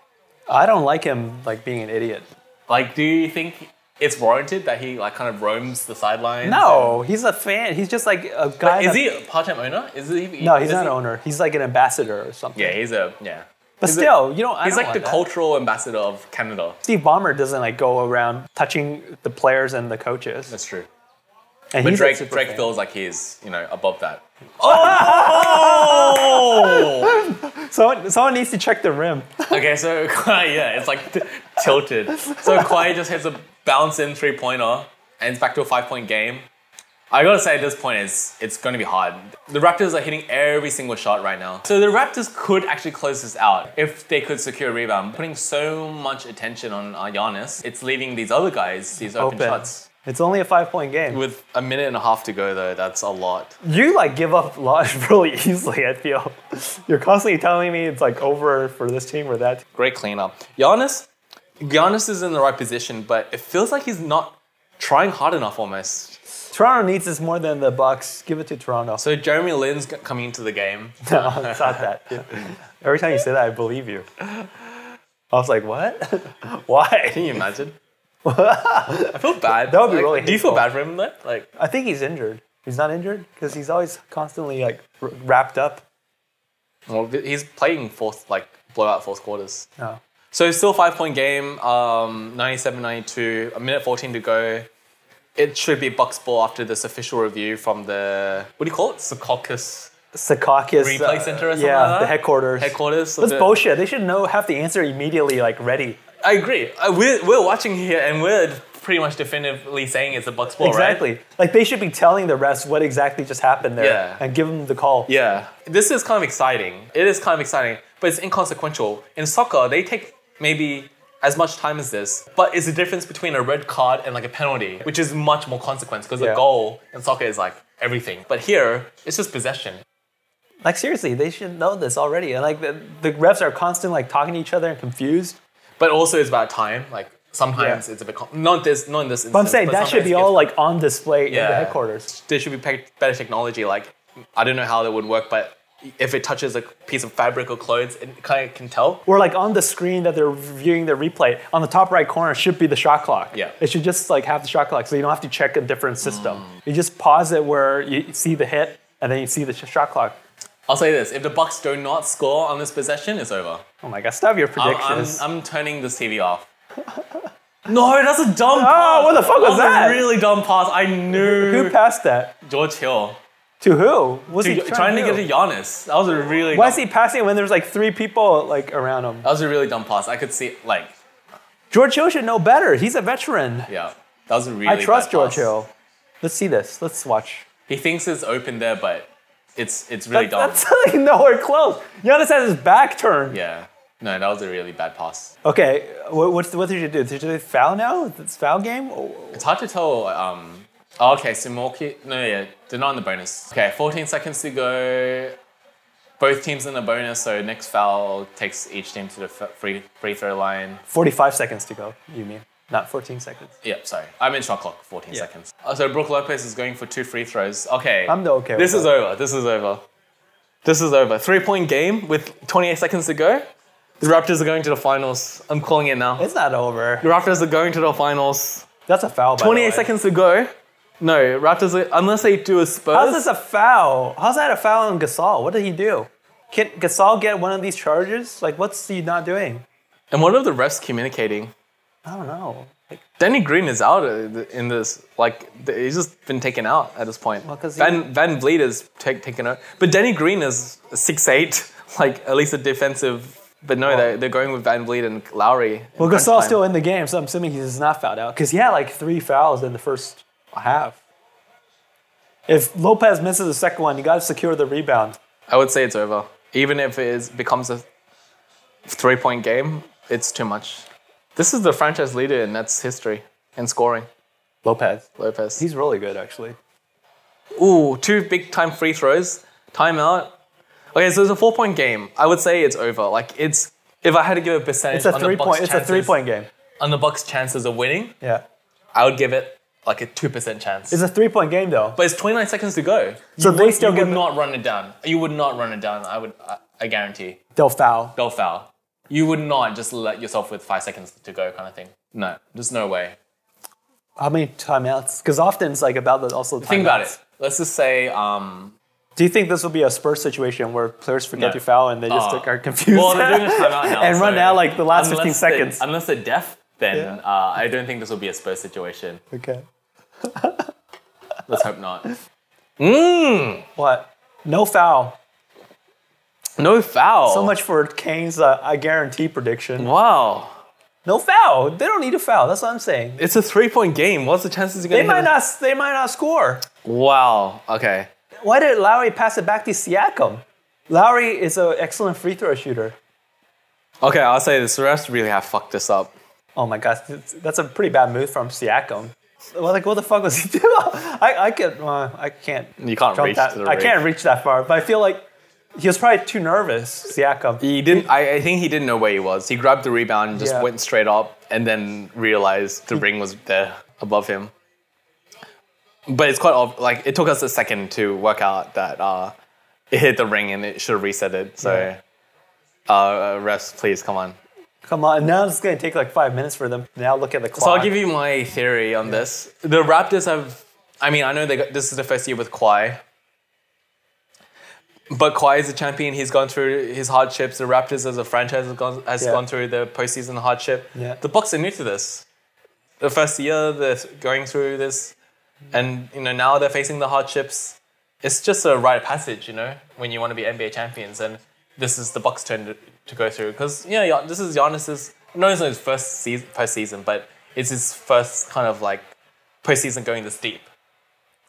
[SPEAKER 2] I don't like him like being an idiot.
[SPEAKER 3] Like, do you think it's warranted that he like kind of roams the sidelines?
[SPEAKER 2] No, he's a fan. He's just like a guy.
[SPEAKER 3] is
[SPEAKER 2] that-
[SPEAKER 3] he a part-time owner? Is he?
[SPEAKER 2] No, he's
[SPEAKER 3] is
[SPEAKER 2] not
[SPEAKER 3] he-
[SPEAKER 2] an owner. He's like an ambassador or something.
[SPEAKER 3] Yeah, he's a yeah.
[SPEAKER 2] but
[SPEAKER 3] he's a-
[SPEAKER 2] still, you don't. I
[SPEAKER 3] He's
[SPEAKER 2] don't
[SPEAKER 3] like
[SPEAKER 2] want
[SPEAKER 3] the
[SPEAKER 2] that.
[SPEAKER 3] cultural ambassador of Canada.
[SPEAKER 2] Steve Ballmer doesn't like go around touching the players and the coaches.
[SPEAKER 3] That's true.
[SPEAKER 2] and
[SPEAKER 3] But
[SPEAKER 2] he's a
[SPEAKER 3] Drake,
[SPEAKER 2] super
[SPEAKER 3] Drake
[SPEAKER 2] fan.
[SPEAKER 3] feels like he's you know above that. Oh!
[SPEAKER 2] Someone, someone needs to check the rim.
[SPEAKER 3] Okay, so Kawhi, yeah, it's like t- tilted. So Kawhi just hits a bounce in three pointer, and it's back to a five point game. I gotta say, at this point, it's it's gonna be hard. The Raptors are hitting every single shot right now. So the Raptors could actually close this out if they could secure a rebound. Putting so much attention on uh, Giannis, it's leaving these other guys these open,
[SPEAKER 2] Open.
[SPEAKER 3] shots.
[SPEAKER 2] It's only a five point game.
[SPEAKER 3] With a minute and a half to go, though, that's a lot.
[SPEAKER 2] You like give up large really easily. I feel you're constantly telling me it's like over for this team or that. team.
[SPEAKER 3] Great cleanup. Giannis, Giannis is in the right position, but it feels like he's not trying hard enough almost.
[SPEAKER 2] Toronto needs this more than the Bucks. Give it to Toronto.
[SPEAKER 3] So Jeremy Lin's g- coming into the game.
[SPEAKER 2] No, it's not that. Every time you say that, I believe you. I was like, what? Why?
[SPEAKER 3] Can you imagine? I feel bad.
[SPEAKER 2] That would be
[SPEAKER 3] Like,
[SPEAKER 2] really
[SPEAKER 3] Do you feel
[SPEAKER 2] hateful.
[SPEAKER 3] bad for him though? Like
[SPEAKER 2] I think he's injured. He's not injured because he's always constantly like r- wrapped up.
[SPEAKER 3] well, he's playing fourth like blowout fourth quarters.
[SPEAKER 2] No.
[SPEAKER 3] So it's still a five point game, um 97-92, a minute 14 to go. It should be Bucks ball after this official review from the what do you call it? Secaucus
[SPEAKER 2] Sakakis.
[SPEAKER 3] Replay center or something
[SPEAKER 2] uh, Yeah,
[SPEAKER 3] like that?
[SPEAKER 2] the headquarters.
[SPEAKER 3] headquarters. of
[SPEAKER 2] That's
[SPEAKER 3] the-
[SPEAKER 2] bullshit. They should know have the answer immediately, like ready.
[SPEAKER 3] I agree. Uh, We're, we're watching here and we're pretty much definitively saying it's a Bucks ball, Oh, right?
[SPEAKER 2] Exactly. Like they should be telling the refs what exactly just happened there
[SPEAKER 3] Yeah.
[SPEAKER 2] and give them the call.
[SPEAKER 3] Yeah. This is kind of exciting. It is kind of exciting, but it's inconsequential. In soccer, they take maybe as much time as this, but it's the difference between a red card and like a penalty, which is much more consequence because
[SPEAKER 2] Yeah.
[SPEAKER 3] a goal in soccer is like everything. But here, it's just possession.
[SPEAKER 2] Like seriously, they should know this already. And like the, the refs are constantly like talking to each other and confused.
[SPEAKER 3] But also, it's about time. Like sometimes
[SPEAKER 2] Yeah.
[SPEAKER 3] it's a bit com- not this, not in this.
[SPEAKER 2] But I'm saying that should be all like on display in the
[SPEAKER 3] Yeah.
[SPEAKER 2] headquarters.
[SPEAKER 3] there should be pe- better technology. Like I don't know how that would work, but if it touches a piece of fabric or clothes, it kind of can tell.
[SPEAKER 2] Or like on the screen that they're viewing the replay, on the top right corner should be the shot clock.
[SPEAKER 3] Yeah.
[SPEAKER 2] It should just like have the shot clock so you don't have to check a different system. You just pause it where you see the hit and then you see the sh- shot clock.
[SPEAKER 3] I'll say this: if the Bucks do not score on this possession, it's over.
[SPEAKER 2] Oh my god, stop your
[SPEAKER 3] I'm, I'm,
[SPEAKER 2] predictions.
[SPEAKER 3] I'm turning this TV off. no, that's a dumb. Oh,
[SPEAKER 2] Ah, what the fuck was that?
[SPEAKER 3] A really dumb pass. I
[SPEAKER 2] who
[SPEAKER 3] knew.
[SPEAKER 2] passed that?
[SPEAKER 3] George Hill
[SPEAKER 2] To who? Was
[SPEAKER 3] to,
[SPEAKER 2] he
[SPEAKER 3] trying to get
[SPEAKER 2] do?
[SPEAKER 3] to Giannis. That was a really.
[SPEAKER 2] Why
[SPEAKER 3] dumb-
[SPEAKER 2] is he passing when there's like three people like around him?
[SPEAKER 3] That was a really dumb pass. I could see like
[SPEAKER 2] George Hill should know better. He's a veteran.
[SPEAKER 3] yeah. That was a really.
[SPEAKER 2] I trust
[SPEAKER 3] bad
[SPEAKER 2] George
[SPEAKER 3] pass.
[SPEAKER 2] Hill. Let's see this. Let's watch.
[SPEAKER 3] He thinks it's open there, but it's it's really dumb.
[SPEAKER 2] That's like nowhere close. Giannis has his back turned.
[SPEAKER 3] Yeah. No, that was a really bad pass.
[SPEAKER 2] Okay, what, what's the, what they should do? Should they foul now? It's foul game. Oh,
[SPEAKER 3] It's hard to tell. Um, oh, okay, so Milwaukee. No, yeah, they're not in the bonus. Okay, 14 seconds to go. Both teams in the bonus, so next foul takes each team to the f- free free throw line.
[SPEAKER 2] Forty-five seconds to go. You mean not fourteen seconds?
[SPEAKER 3] Yep, sorry, I meant shot clock. 14 seconds. Oh, so Brooke Lopez is going for two free throws. Okay,
[SPEAKER 2] I'm the okay.
[SPEAKER 3] This
[SPEAKER 2] with
[SPEAKER 3] is
[SPEAKER 2] that.
[SPEAKER 3] over. This is over. This is over. Three point game with 28 seconds to go. The Raptors are going to the finals. I'm calling it now.
[SPEAKER 2] It's not over.
[SPEAKER 3] The Raptors are going to the finals.
[SPEAKER 2] That's a foul. By
[SPEAKER 3] 28
[SPEAKER 2] the way.
[SPEAKER 3] seconds to go. No, Raptors, are- unless they do a
[SPEAKER 2] How's
[SPEAKER 3] Spurs.
[SPEAKER 2] this a foul? How's that a foul on Gasol? What did he do? Can Gasol get one of these charges? Like, what's he not doing?
[SPEAKER 3] and what are the refs communicating?
[SPEAKER 2] I don't know. Like,
[SPEAKER 3] Danny Green is out uh, th- in this. Like, th- he's just been taken out at this point.
[SPEAKER 2] Well, 'cause he-
[SPEAKER 3] Van, Van Vliet is take, taken out. But Danny Green is 6'8, like, at least a defensive. But no, they're, they're going with Van Vliet and Lowry.
[SPEAKER 2] well, Gasol's still in the game, so I'm assuming he's not fouled out because he had like three fouls in the first half. If Lopez misses the second one, you got to secure the rebound.
[SPEAKER 3] I would say it's over. Even if it is, becomes a three point game, it's too much. This is the franchise leader in Nets history in scoring,
[SPEAKER 2] Lopez,
[SPEAKER 3] Lopez.
[SPEAKER 2] he's really good actually.
[SPEAKER 3] Ooh, two big time free throws, timeout. Okay, so it's a four point game. I would say it's over. Like it's if I had to give a percentage
[SPEAKER 2] It's a
[SPEAKER 3] on
[SPEAKER 2] three
[SPEAKER 3] the Bucks
[SPEAKER 2] point. It's
[SPEAKER 3] chances,
[SPEAKER 2] a three point game.
[SPEAKER 3] on the Bucks chances of winning,
[SPEAKER 2] Yeah,
[SPEAKER 3] I would give it like a two percent chance.
[SPEAKER 2] it's a three point game though.
[SPEAKER 3] but it's 29 seconds to go.
[SPEAKER 2] so they still
[SPEAKER 3] You
[SPEAKER 2] get
[SPEAKER 3] would not run it down. You would not run it down. I would. I, I guarantee.
[SPEAKER 2] they'll foul.
[SPEAKER 3] They'll foul. You would not just let yourself with five seconds to go, kind of thing. No, there's no way.
[SPEAKER 2] How many timeouts? Because often it's like about the also.
[SPEAKER 3] Think about
[SPEAKER 2] timeouts.
[SPEAKER 3] it. Let's just say um,
[SPEAKER 2] Do you think this will be a Spurs situation where players forget
[SPEAKER 3] No.
[SPEAKER 2] to foul and they just
[SPEAKER 3] Oh.
[SPEAKER 2] are confused
[SPEAKER 3] Well, they're doing a timeout now.
[SPEAKER 2] and run
[SPEAKER 3] so
[SPEAKER 2] out like the last 15
[SPEAKER 3] unless they-
[SPEAKER 2] seconds?
[SPEAKER 3] unless they're deaf, then
[SPEAKER 2] Yeah.
[SPEAKER 3] uh, I don't think this will be a Spurs situation.
[SPEAKER 2] okay.
[SPEAKER 3] Let's hope not. Mmm.
[SPEAKER 2] What? No foul.
[SPEAKER 3] No foul.
[SPEAKER 2] So much for Kane's uh, I guarantee prediction.
[SPEAKER 3] Wow.
[SPEAKER 2] No foul. They don't need a foul. That's what I'm saying.
[SPEAKER 3] It's a three-point game. What's the chances you're
[SPEAKER 2] They
[SPEAKER 3] gonna?
[SPEAKER 2] might
[SPEAKER 3] hit
[SPEAKER 2] not. They might not score.
[SPEAKER 3] a- Wow. Okay.
[SPEAKER 2] Why did Lowry pass it back to Siakam? Lowry is an excellent free throw shooter.
[SPEAKER 3] Okay. I'll say this. The refs really have fucked this up.
[SPEAKER 2] Oh my gosh, that's- that's a pretty bad move from Siakam. Well, like, what the fuck was he doing? I, I could, uh, I can't.
[SPEAKER 3] You can't
[SPEAKER 2] jump
[SPEAKER 3] reach
[SPEAKER 2] that-
[SPEAKER 3] to the
[SPEAKER 2] I
[SPEAKER 3] ring.
[SPEAKER 2] can't reach that far, but I feel like he was probably too nervous. Siakam.
[SPEAKER 3] He didn't. I, I think he didn't know where he was. He grabbed the rebound and just
[SPEAKER 2] Yeah.
[SPEAKER 3] went straight up, and then realized the ring was there above him. But it's quite ob- like it took us a second to work out that uh, it hit the ring and it should have reset it. So, uh, refs, please come on.
[SPEAKER 2] Come on, now it's gonna take like five minutes for them. Now look at the clock.
[SPEAKER 3] So I'll give you my theory on this. The Raptors have. I mean, I know they got, this is the first year with Kawhi, but Kawhi is a champion. He's gone through his hardships. The Raptors as a franchise has gone, has
[SPEAKER 2] Yeah.
[SPEAKER 3] gone through the postseason hardship.
[SPEAKER 2] Yeah.
[SPEAKER 3] The Bucks are new to this. The first year they're going through this, and you know now they're facing the hardships. It's just a rite of passage, you know, when you want to be NBA champions, and this is the Bucks' turn to, to go through because yeah, Gian- this is Giannis's. No, it's not his first season, first season, but it's his first kind of like postseason going this deep,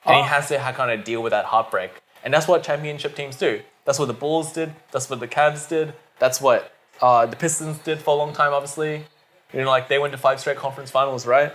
[SPEAKER 3] and he has to ha- kind of deal with that heartbreak. And that's what championship teams do. That's what the Bulls did. That's what the Cavs did. That's what uh, the Pistons did for a long time. Obviously, you know, like they went to five straight conference finals, right?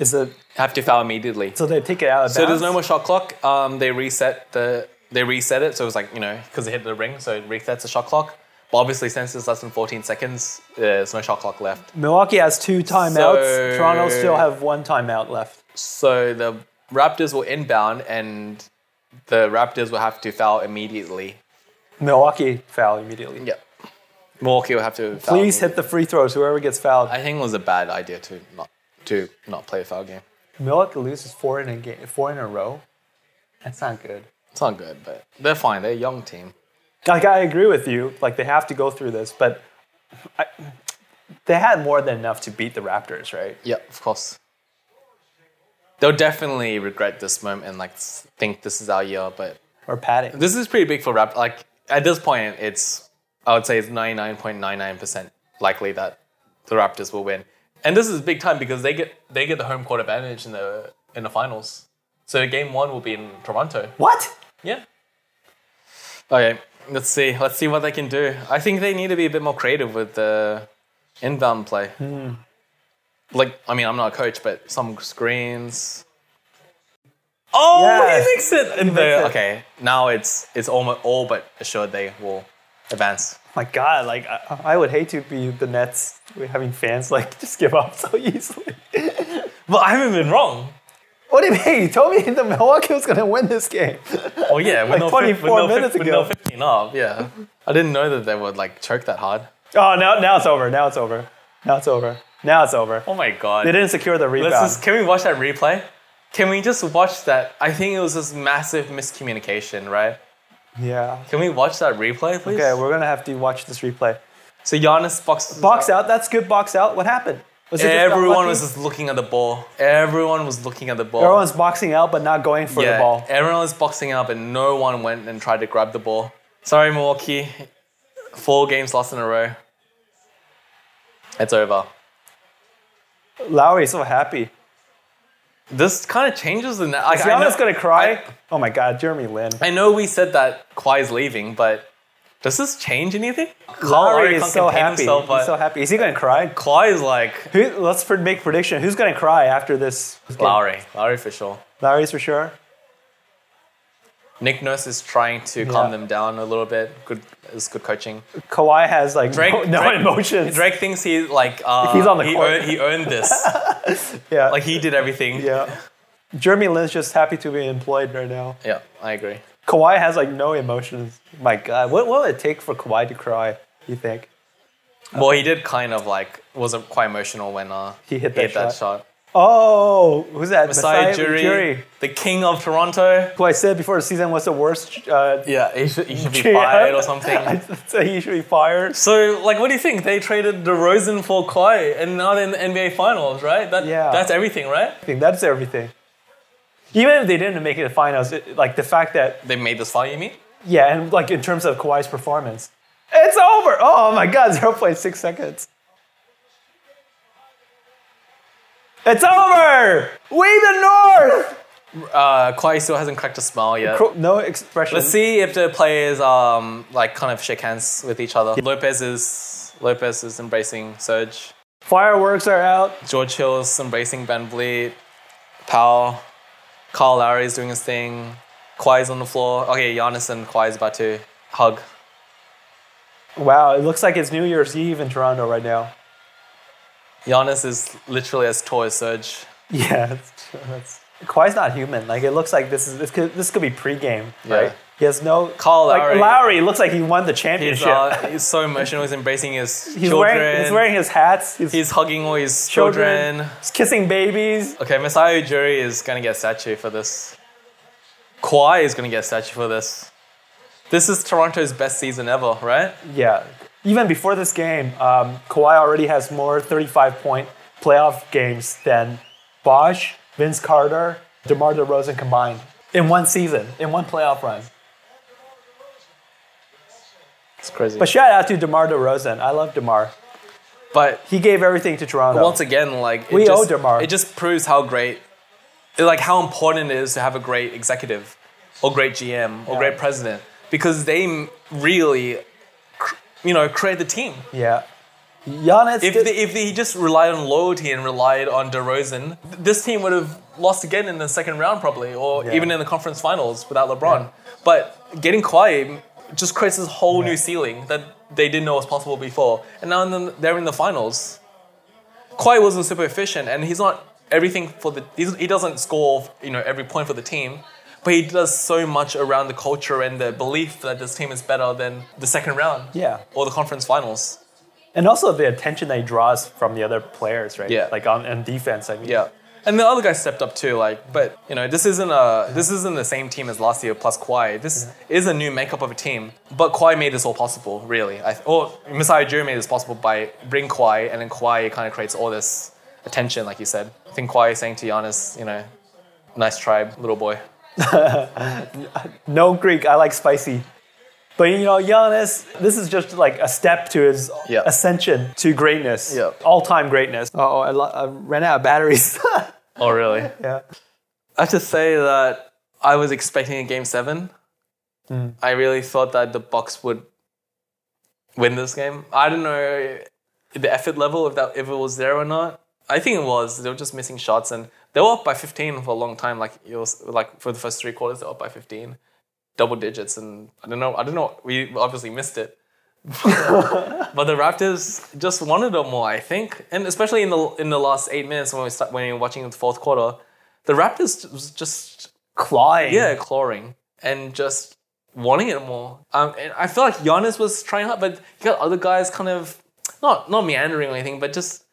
[SPEAKER 3] It's a have to foul immediately.
[SPEAKER 2] So they take it out of
[SPEAKER 3] So there's
[SPEAKER 2] bounds?
[SPEAKER 3] no more shot clock. Um, they reset the they reset it, so it was like you know because it hit the ring, so it resets the shot clock. But obviously, since it's less than 14 seconds, uh, there's no shot clock left.
[SPEAKER 2] Milwaukee has two timeouts.
[SPEAKER 3] So-
[SPEAKER 2] Toronto still have one timeout left.
[SPEAKER 3] So the Raptors will inbound, and the Raptors will have to foul immediately.
[SPEAKER 2] Milwaukee foul immediately.
[SPEAKER 3] Yeah, Milwaukee will have to. Foul
[SPEAKER 2] Please hit the free throws. Whoever gets fouled.
[SPEAKER 3] I think it was a bad idea to not to not play a foul game.
[SPEAKER 2] Milwaukee loses four in a game, four in a row. That's not good.
[SPEAKER 3] It's not good, but they're fine. They're a young team.
[SPEAKER 2] Like I agree with you. Like they have to go through this, but I, they had more than enough to beat the Raptors, right?
[SPEAKER 3] Yeah, of course. They'll definitely regret this moment and like s- think this is our year, but
[SPEAKER 2] Or padding.
[SPEAKER 3] this is pretty big for rap. Like at this point, it's I would say it's ninety nine point nine nine percent likely that the Raptors will win, and this is big time because they get they get the home court advantage in the in the finals. So game one will be in Toronto.
[SPEAKER 2] What?
[SPEAKER 3] Yeah. Okay, let's see. Let's see what they can do. I think they need to be a bit more creative with the inbound play. Like, I mean, I'm not a coach, but some screens. Oh,
[SPEAKER 2] Yes.
[SPEAKER 3] he makes it! And
[SPEAKER 2] makes
[SPEAKER 3] the-
[SPEAKER 2] it.
[SPEAKER 3] Okay, now it's it's almost all but assured they will advance.
[SPEAKER 2] My God! Like I, I would hate to be the Nets having fans like just give up so easily.
[SPEAKER 3] But I haven't been wrong.
[SPEAKER 2] what do you mean? You told me the Milwaukee was going to win this game.
[SPEAKER 3] Oh yeah, with
[SPEAKER 2] Like
[SPEAKER 3] no fif-
[SPEAKER 2] 24
[SPEAKER 3] with no fif-
[SPEAKER 2] minutes
[SPEAKER 3] with no
[SPEAKER 2] ago.
[SPEAKER 3] 15 up. Yeah, I didn't know that they would like choke that hard.
[SPEAKER 2] Oh, now now it's over. Now it's over. Now it's over. Now it's over.
[SPEAKER 3] Oh my god!
[SPEAKER 2] They didn't secure the rebound.
[SPEAKER 3] Let's just, can we watch that replay? Can we just watch that? I think it was this massive miscommunication, right?
[SPEAKER 2] yeah.
[SPEAKER 3] Can we watch that replay, please?
[SPEAKER 2] Okay, we're gonna have to watch this replay.
[SPEAKER 3] so Giannis boxes
[SPEAKER 2] Box out. That's good. Box out. What happened? Was it just
[SPEAKER 3] Everyone
[SPEAKER 2] unlucky?
[SPEAKER 3] was just looking at the ball. Everyone was looking at the ball.
[SPEAKER 2] Everyone's boxing out, but not going for
[SPEAKER 3] yeah,
[SPEAKER 2] the ball.
[SPEAKER 3] Everyone was boxing up, and no one went and tried to grab the ball. Sorry, Milwaukee. Four games lost in a row. It's over.
[SPEAKER 2] Lowry's so happy.
[SPEAKER 3] This kind of changes the. Na- like,
[SPEAKER 2] Is
[SPEAKER 3] I know-
[SPEAKER 2] Giannis gonna cry?
[SPEAKER 3] I-
[SPEAKER 2] oh my God, Jeremy Lin.
[SPEAKER 3] I know we said that Kawhi's leaving, but does this change anything? Kyle
[SPEAKER 2] Lowry
[SPEAKER 3] Lowry
[SPEAKER 2] is
[SPEAKER 3] can't
[SPEAKER 2] so
[SPEAKER 3] contain
[SPEAKER 2] happy.
[SPEAKER 3] himself, but
[SPEAKER 2] He's so happy. Is he gonna cry?
[SPEAKER 3] Kawhi is like
[SPEAKER 2] Who, let's pre- make prediction. Who's gonna cry after this? game?
[SPEAKER 3] Lowry, Lowry for sure.
[SPEAKER 2] Lowry's for sure.
[SPEAKER 3] Nick Nurse is trying to calm
[SPEAKER 2] Yeah.
[SPEAKER 3] them down a little bit. Good, it's good coaching.
[SPEAKER 2] Kawhi has like
[SPEAKER 3] Drake,
[SPEAKER 2] no, no
[SPEAKER 3] Drake,
[SPEAKER 2] emotions.
[SPEAKER 3] Drake thinks he like uh,
[SPEAKER 2] He's on the
[SPEAKER 3] he,
[SPEAKER 2] court.
[SPEAKER 3] earned, he earned this.
[SPEAKER 2] yeah.
[SPEAKER 3] like he did everything.
[SPEAKER 2] yeah. Jeremy Lin's just happy to be employed right now.
[SPEAKER 3] Yeah, I agree.
[SPEAKER 2] Kawhi has like no emotions. My God, what, what would it take for Kawhi to cry? You think?
[SPEAKER 3] Well, he did kind of like wasn't quite emotional when uh,
[SPEAKER 2] He hit that
[SPEAKER 3] shot.
[SPEAKER 2] Oh, who's that?
[SPEAKER 3] Masai, Ujiri, the king of Toronto.
[SPEAKER 2] Who I said before the season was the worst. Uh,
[SPEAKER 3] Yeah, he should, he should be
[SPEAKER 2] GM.
[SPEAKER 3] fired or something.
[SPEAKER 2] I said he should be fired.
[SPEAKER 3] So, like, what do you think? They traded DeRozan for Kawhi, and now they're in the NBA Finals, right? That,
[SPEAKER 2] Yeah.
[SPEAKER 3] That's everything, right?
[SPEAKER 2] I think that's everything. Even if they didn't make it to the finals, it, like the fact that
[SPEAKER 3] They made this final, you mean?
[SPEAKER 2] yeah, and like in terms of Kawhi's performance, it's over. Oh my God, zero point six seconds. It's over. We the North.
[SPEAKER 3] Uh, Kawhi still hasn't cracked a smile yet.
[SPEAKER 2] Cro- No expression.
[SPEAKER 3] Let's see if the players, um, like, kind of shake hands with each other. Lopez is Lopez is embracing Serge.
[SPEAKER 2] Fireworks are out.
[SPEAKER 3] George Hill's embracing Van Vliet. Powell. Kyle Lowry is doing his thing. Kawhi's on the floor. Okay, Giannis and Kawhi's about to hug.
[SPEAKER 2] Wow, it looks like it's New Year's Eve in Toronto right now.
[SPEAKER 3] Giannis is literally as tall as Serge.
[SPEAKER 2] Yeah, that's, that's Kawhi's not human. Like it looks like this is this could this could be pregame,
[SPEAKER 3] Yeah.
[SPEAKER 2] right? He has no
[SPEAKER 3] Kyle
[SPEAKER 2] like,
[SPEAKER 3] Lowry.
[SPEAKER 2] Lowry looks like he won the
[SPEAKER 3] He's,
[SPEAKER 2] championship.
[SPEAKER 3] uh, he's so emotional. He's embracing his
[SPEAKER 2] he's
[SPEAKER 3] children.
[SPEAKER 2] wearing he's wearing his hats. He's,
[SPEAKER 3] He's hugging all his
[SPEAKER 2] Children.
[SPEAKER 3] children.
[SPEAKER 2] he's kissing babies.
[SPEAKER 3] Okay, Masai Ujiri is gonna get a statue for this. Kawhi is gonna get a statue for this. This is Toronto's best season ever, right?
[SPEAKER 2] Yeah. Even before this game, um, Kawhi already has more 35 point playoff games than Bosch, Vince Carter, DeMar DeRozan combined in one season, in one playoff run.
[SPEAKER 3] It's crazy.
[SPEAKER 2] But shout out to DeMar DeRozan. I love DeMar.
[SPEAKER 3] But
[SPEAKER 2] He gave everything to Toronto.
[SPEAKER 3] once again, like it
[SPEAKER 2] We
[SPEAKER 3] just,
[SPEAKER 2] owe DeMar.
[SPEAKER 3] It just proves how great, like how important it is to have a great executive, or great GM, or great president, because they m- really, cr- you know, create the team.
[SPEAKER 2] yeah. Giannis
[SPEAKER 3] If
[SPEAKER 2] did-
[SPEAKER 3] they, if he just relied on loyalty and relied on DeRozan, th- this team would have lost again in the second round probably, or
[SPEAKER 2] Yeah.
[SPEAKER 3] even in the conference finals without LeBron. But getting Kawhi just creates this whole new ceiling that they didn't know was possible before, and now in the, they're in the finals. Kawhi wasn't super efficient, and he's not everything for the. He's, he doesn't score, you know, every point for the team. But he does so much around the culture and the belief that this team is better than the second round
[SPEAKER 2] Yeah.
[SPEAKER 3] or the conference finals.
[SPEAKER 2] and also the attention that he draws from the other players, right?
[SPEAKER 3] Yeah.
[SPEAKER 2] Like on, on defense, I mean.
[SPEAKER 3] Yeah. And the other guy stepped up too, like, but you know, this isn't a this isn't the same team as last year plus Kawhi. This is a new makeup of a team, but Kawhi made this all possible, really. I, or Masai Ujiri made this possible by bringing Kawhi, and then Kawhi kind of creates all this attention, like you said. I think Kawhi is saying to Giannis, you know, nice tribe, little boy.
[SPEAKER 2] No Greek, I like spicy. But you know, Giannis, this is just like a step to his
[SPEAKER 3] Yeah.
[SPEAKER 2] ascension to greatness,
[SPEAKER 3] Yeah.
[SPEAKER 2] all-time greatness. Oh, I, lo- I ran out of batteries.
[SPEAKER 3] Oh, really?
[SPEAKER 2] yeah.
[SPEAKER 3] I have to say that I was expecting a game seven. I really thought that the Bucks would win this game. I don't know the effort level if that if it was there or not. I think it was. They were just missing shots and they were up by fifteen for a long time. Like it was like for the first three quarters, they were up by fifteen, double digits. And I don't know. I don't know. We obviously missed it. But the Raptors just wanted it more, I think, and especially in the in the last eight minutes when we start, when we were watching the fourth quarter, the Raptors was just
[SPEAKER 2] Clawing.
[SPEAKER 3] yeah clawing and just wanting it more. Um, and I feel like Giannis was trying hard, but you got other guys kind of not not meandering or anything, but just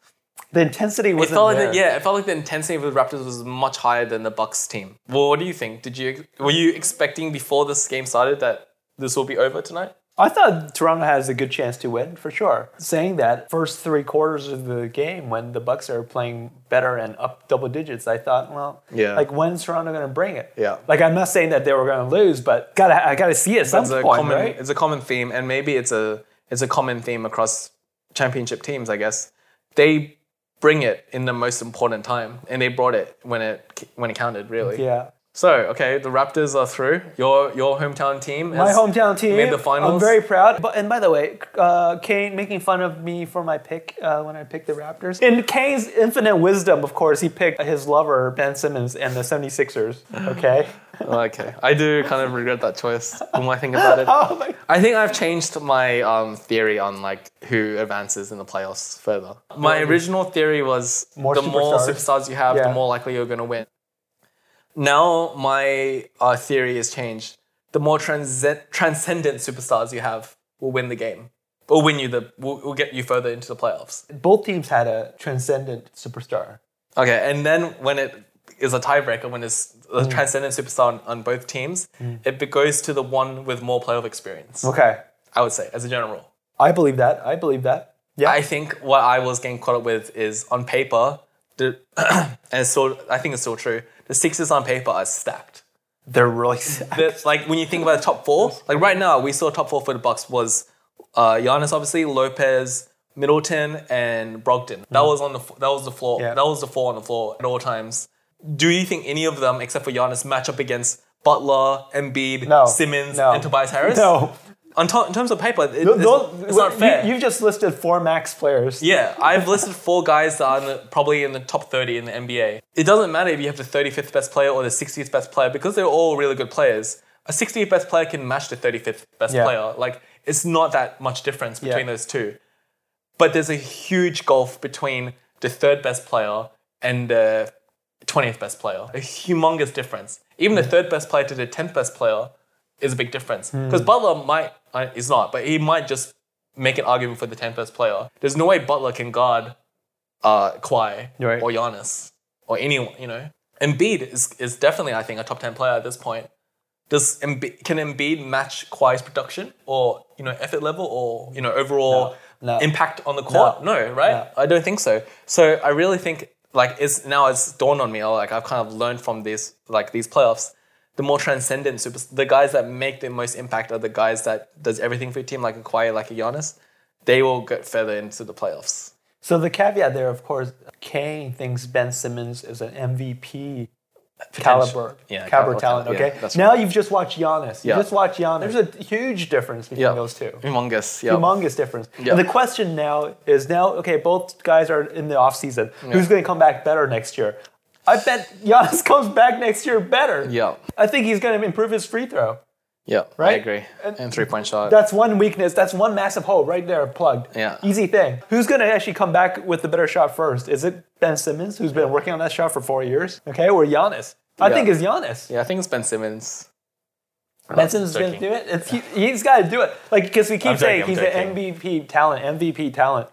[SPEAKER 2] The intensity
[SPEAKER 3] it
[SPEAKER 2] was
[SPEAKER 3] felt like the, yeah, it felt like the intensity of the Raptors was much higher than the Bucks team. Well, what do you think? Did you were you expecting before this game started that this will be over tonight?
[SPEAKER 2] I thought Toronto has a good chance to win for sure. Saying that, first three quarters of the game when the Bucks are playing better and up double digits, I thought, well,
[SPEAKER 3] Yeah.
[SPEAKER 2] like when's Toronto going to bring it?
[SPEAKER 3] Yeah.
[SPEAKER 2] Like I'm not saying that they were going to lose, but gotta I gotta see it at some
[SPEAKER 3] it's a
[SPEAKER 2] point,
[SPEAKER 3] common
[SPEAKER 2] right?
[SPEAKER 3] it's a common theme and maybe it's a it's a common theme across championship teams i guess they bring it in the most important time and they brought it when it when it counted really
[SPEAKER 2] Yeah.
[SPEAKER 3] so okay the raptors are through your your hometown team
[SPEAKER 2] My
[SPEAKER 3] is-
[SPEAKER 2] hometown team
[SPEAKER 3] made the
[SPEAKER 2] I'm
[SPEAKER 3] finals
[SPEAKER 2] very proud. But and by the way, uh, Kane making fun of me for my pick uh, when I picked the Raptors. In Kane's infinite wisdom, of course, he picked his lover Ben Simmons and the 76ers. Okay.
[SPEAKER 3] Oh, okay i do kind of regret that choice when i think about it
[SPEAKER 2] oh my
[SPEAKER 3] I think I've changed my um, theory on like who advances in the playoffs further. My original theory was
[SPEAKER 2] More
[SPEAKER 3] the more
[SPEAKER 2] superstars.
[SPEAKER 3] superstars you have,
[SPEAKER 2] Yeah.
[SPEAKER 3] the more likely you're going to win. Now my uh, theory has changed. The more transcend- transcendent superstars you have will win the game, will win you the will, will get you further into the playoffs.
[SPEAKER 2] both teams had a transcendent superstar.
[SPEAKER 3] Okay, and then when it is a tiebreaker, when it's a
[SPEAKER 2] Mm.
[SPEAKER 3] transcendent superstar on, on both teams, it be- goes to the one with more playoff experience.
[SPEAKER 2] Okay.
[SPEAKER 3] I would say, as a general rule.
[SPEAKER 2] I believe that. I believe that. Yeah.
[SPEAKER 3] I think what I was getting caught up with is on paper, the, and it's still, I think it's still true. The Sixers on paper are stacked.
[SPEAKER 2] They're really
[SPEAKER 3] That's like when you think about the top four. Like right now, we saw top four for the Bucks was uh, Giannis, obviously Lopez, Middleton, and Brogdon. That was on the f- that was the floor.
[SPEAKER 2] Mm. Yeah.
[SPEAKER 3] That was the four on the floor at all times. Do you think any of them, except for Giannis, match up against Butler, Embiid,
[SPEAKER 2] No.
[SPEAKER 3] Simmons,
[SPEAKER 2] No.
[SPEAKER 3] and Tobias Harris?
[SPEAKER 2] No.
[SPEAKER 3] On to- in terms of paper, it- it's,
[SPEAKER 2] Those-
[SPEAKER 3] it's not
[SPEAKER 2] you-
[SPEAKER 3] fair.
[SPEAKER 2] You've just listed four max players.
[SPEAKER 3] Yeah, I've listed four guys that are in the, probably in the top 30 in the NBA. It doesn't matter if you have the 35th best player or the 60th best player because they're all really good players. A 60th best player can match the 35th best
[SPEAKER 2] Yeah.
[SPEAKER 3] player. Like, it's not that much difference between
[SPEAKER 2] Yeah.
[SPEAKER 3] those two. But there's a huge gulf between the third best player and the 20th best player. A humongous difference. Even the third best player to the 10th best player is a big difference. Because Butler might, uh, is not, but he might just make an argument for the 10th best player. There's no way Butler can guard uh, Kawhi
[SPEAKER 2] Right.
[SPEAKER 3] or Giannis or anyone, you know. Embiid is, is definitely, I think, a top 10 player at this point. Does Embi- can Embiid match Kawhi's production or, you know, effort level or, you know, overall
[SPEAKER 2] No, no.
[SPEAKER 3] impact on the court? No, right?
[SPEAKER 2] no.
[SPEAKER 3] I don't think so. So I really think, like, it's, now it's dawned on me, or, like, I've kind of learned from these, like, these playoffs, the more transcendent super, the guys that make the most impact are the guys that does everything for your team, like a Kawhi, like a Giannis. They will get further into the playoffs.
[SPEAKER 2] So the caveat there, of course, Kane thinks Ben Simmons is an MVP caliber,
[SPEAKER 3] yeah,
[SPEAKER 2] caliber
[SPEAKER 3] caliber
[SPEAKER 2] talent.
[SPEAKER 3] talent,
[SPEAKER 2] Okay.
[SPEAKER 3] yeah, that's
[SPEAKER 2] now you've just watched Giannis. You
[SPEAKER 3] Yeah.
[SPEAKER 2] just watched Giannis. There's a huge difference between
[SPEAKER 3] Yeah.
[SPEAKER 2] those two.
[SPEAKER 3] Humongous. Yeah.
[SPEAKER 2] Humongous difference.
[SPEAKER 3] Yeah.
[SPEAKER 2] And the question now is now, okay, both guys are in the offseason. Who's going to come back better next year? I bet Giannis comes back next year better.
[SPEAKER 3] Yeah.
[SPEAKER 2] I think he's going to improve his free throw.
[SPEAKER 3] Yeah. I
[SPEAKER 2] Right?
[SPEAKER 3] agree.
[SPEAKER 2] And-
[SPEAKER 3] And, three point shot.
[SPEAKER 2] That's one weakness. That's one massive hole right there plugged.
[SPEAKER 3] Yeah.
[SPEAKER 2] Easy thing. Who's going to actually come back with the better shot first? Is it Ben Simmons, who's been working on that shot for four years? Okay, or Giannis? I
[SPEAKER 3] Yeah.
[SPEAKER 2] think it's Giannis.
[SPEAKER 3] yeah, I think it's Ben Simmons.
[SPEAKER 2] Ben Simmons is going to
[SPEAKER 3] Joking.
[SPEAKER 2] do it. It's, he, he's got to do it. Like, because we keep
[SPEAKER 4] I'm
[SPEAKER 2] saying
[SPEAKER 4] joking, I'm
[SPEAKER 2] he's
[SPEAKER 4] joking.
[SPEAKER 2] an MVP talent, MVP talent.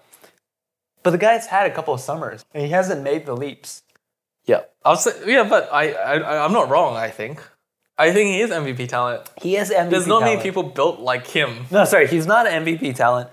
[SPEAKER 2] But the guy's had a couple of summers and he hasn't made the leaps.
[SPEAKER 3] Yeah. I'll say, yeah, but I, I, I- I'm not wrong, I think. I think he is MVP talent.
[SPEAKER 2] He is MVP.
[SPEAKER 3] There's not
[SPEAKER 2] talent.
[SPEAKER 3] many people built like him.
[SPEAKER 2] No, sorry, he's not an MVP talent.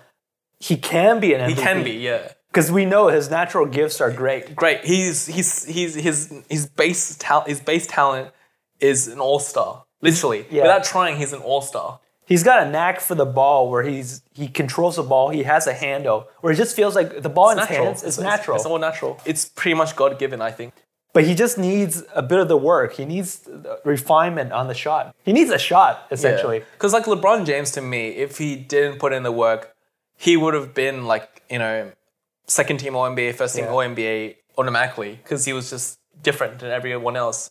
[SPEAKER 2] He can be an MVP.
[SPEAKER 3] He can be, yeah.
[SPEAKER 2] Because we know his natural gifts are great.
[SPEAKER 3] Great. He's he's he's his his base talent his base talent is an all star. Literally.
[SPEAKER 2] Yeah.
[SPEAKER 3] Without trying, he's an all star.
[SPEAKER 2] he's got a knack for the ball where he's he controls the ball. He has a handle where it just feels like the ball in his hands is natural.
[SPEAKER 3] It's all natural. It's pretty much God given, I think.
[SPEAKER 2] but he just needs a bit of the work. He needs the refinement on the shot. He needs a shot essentially.
[SPEAKER 3] Because like LeBron James to me, if he didn't put in the work, he would have been like, you know, second team All NBA, first team
[SPEAKER 2] Yeah.
[SPEAKER 3] All NBA automatically because he was just different than everyone else.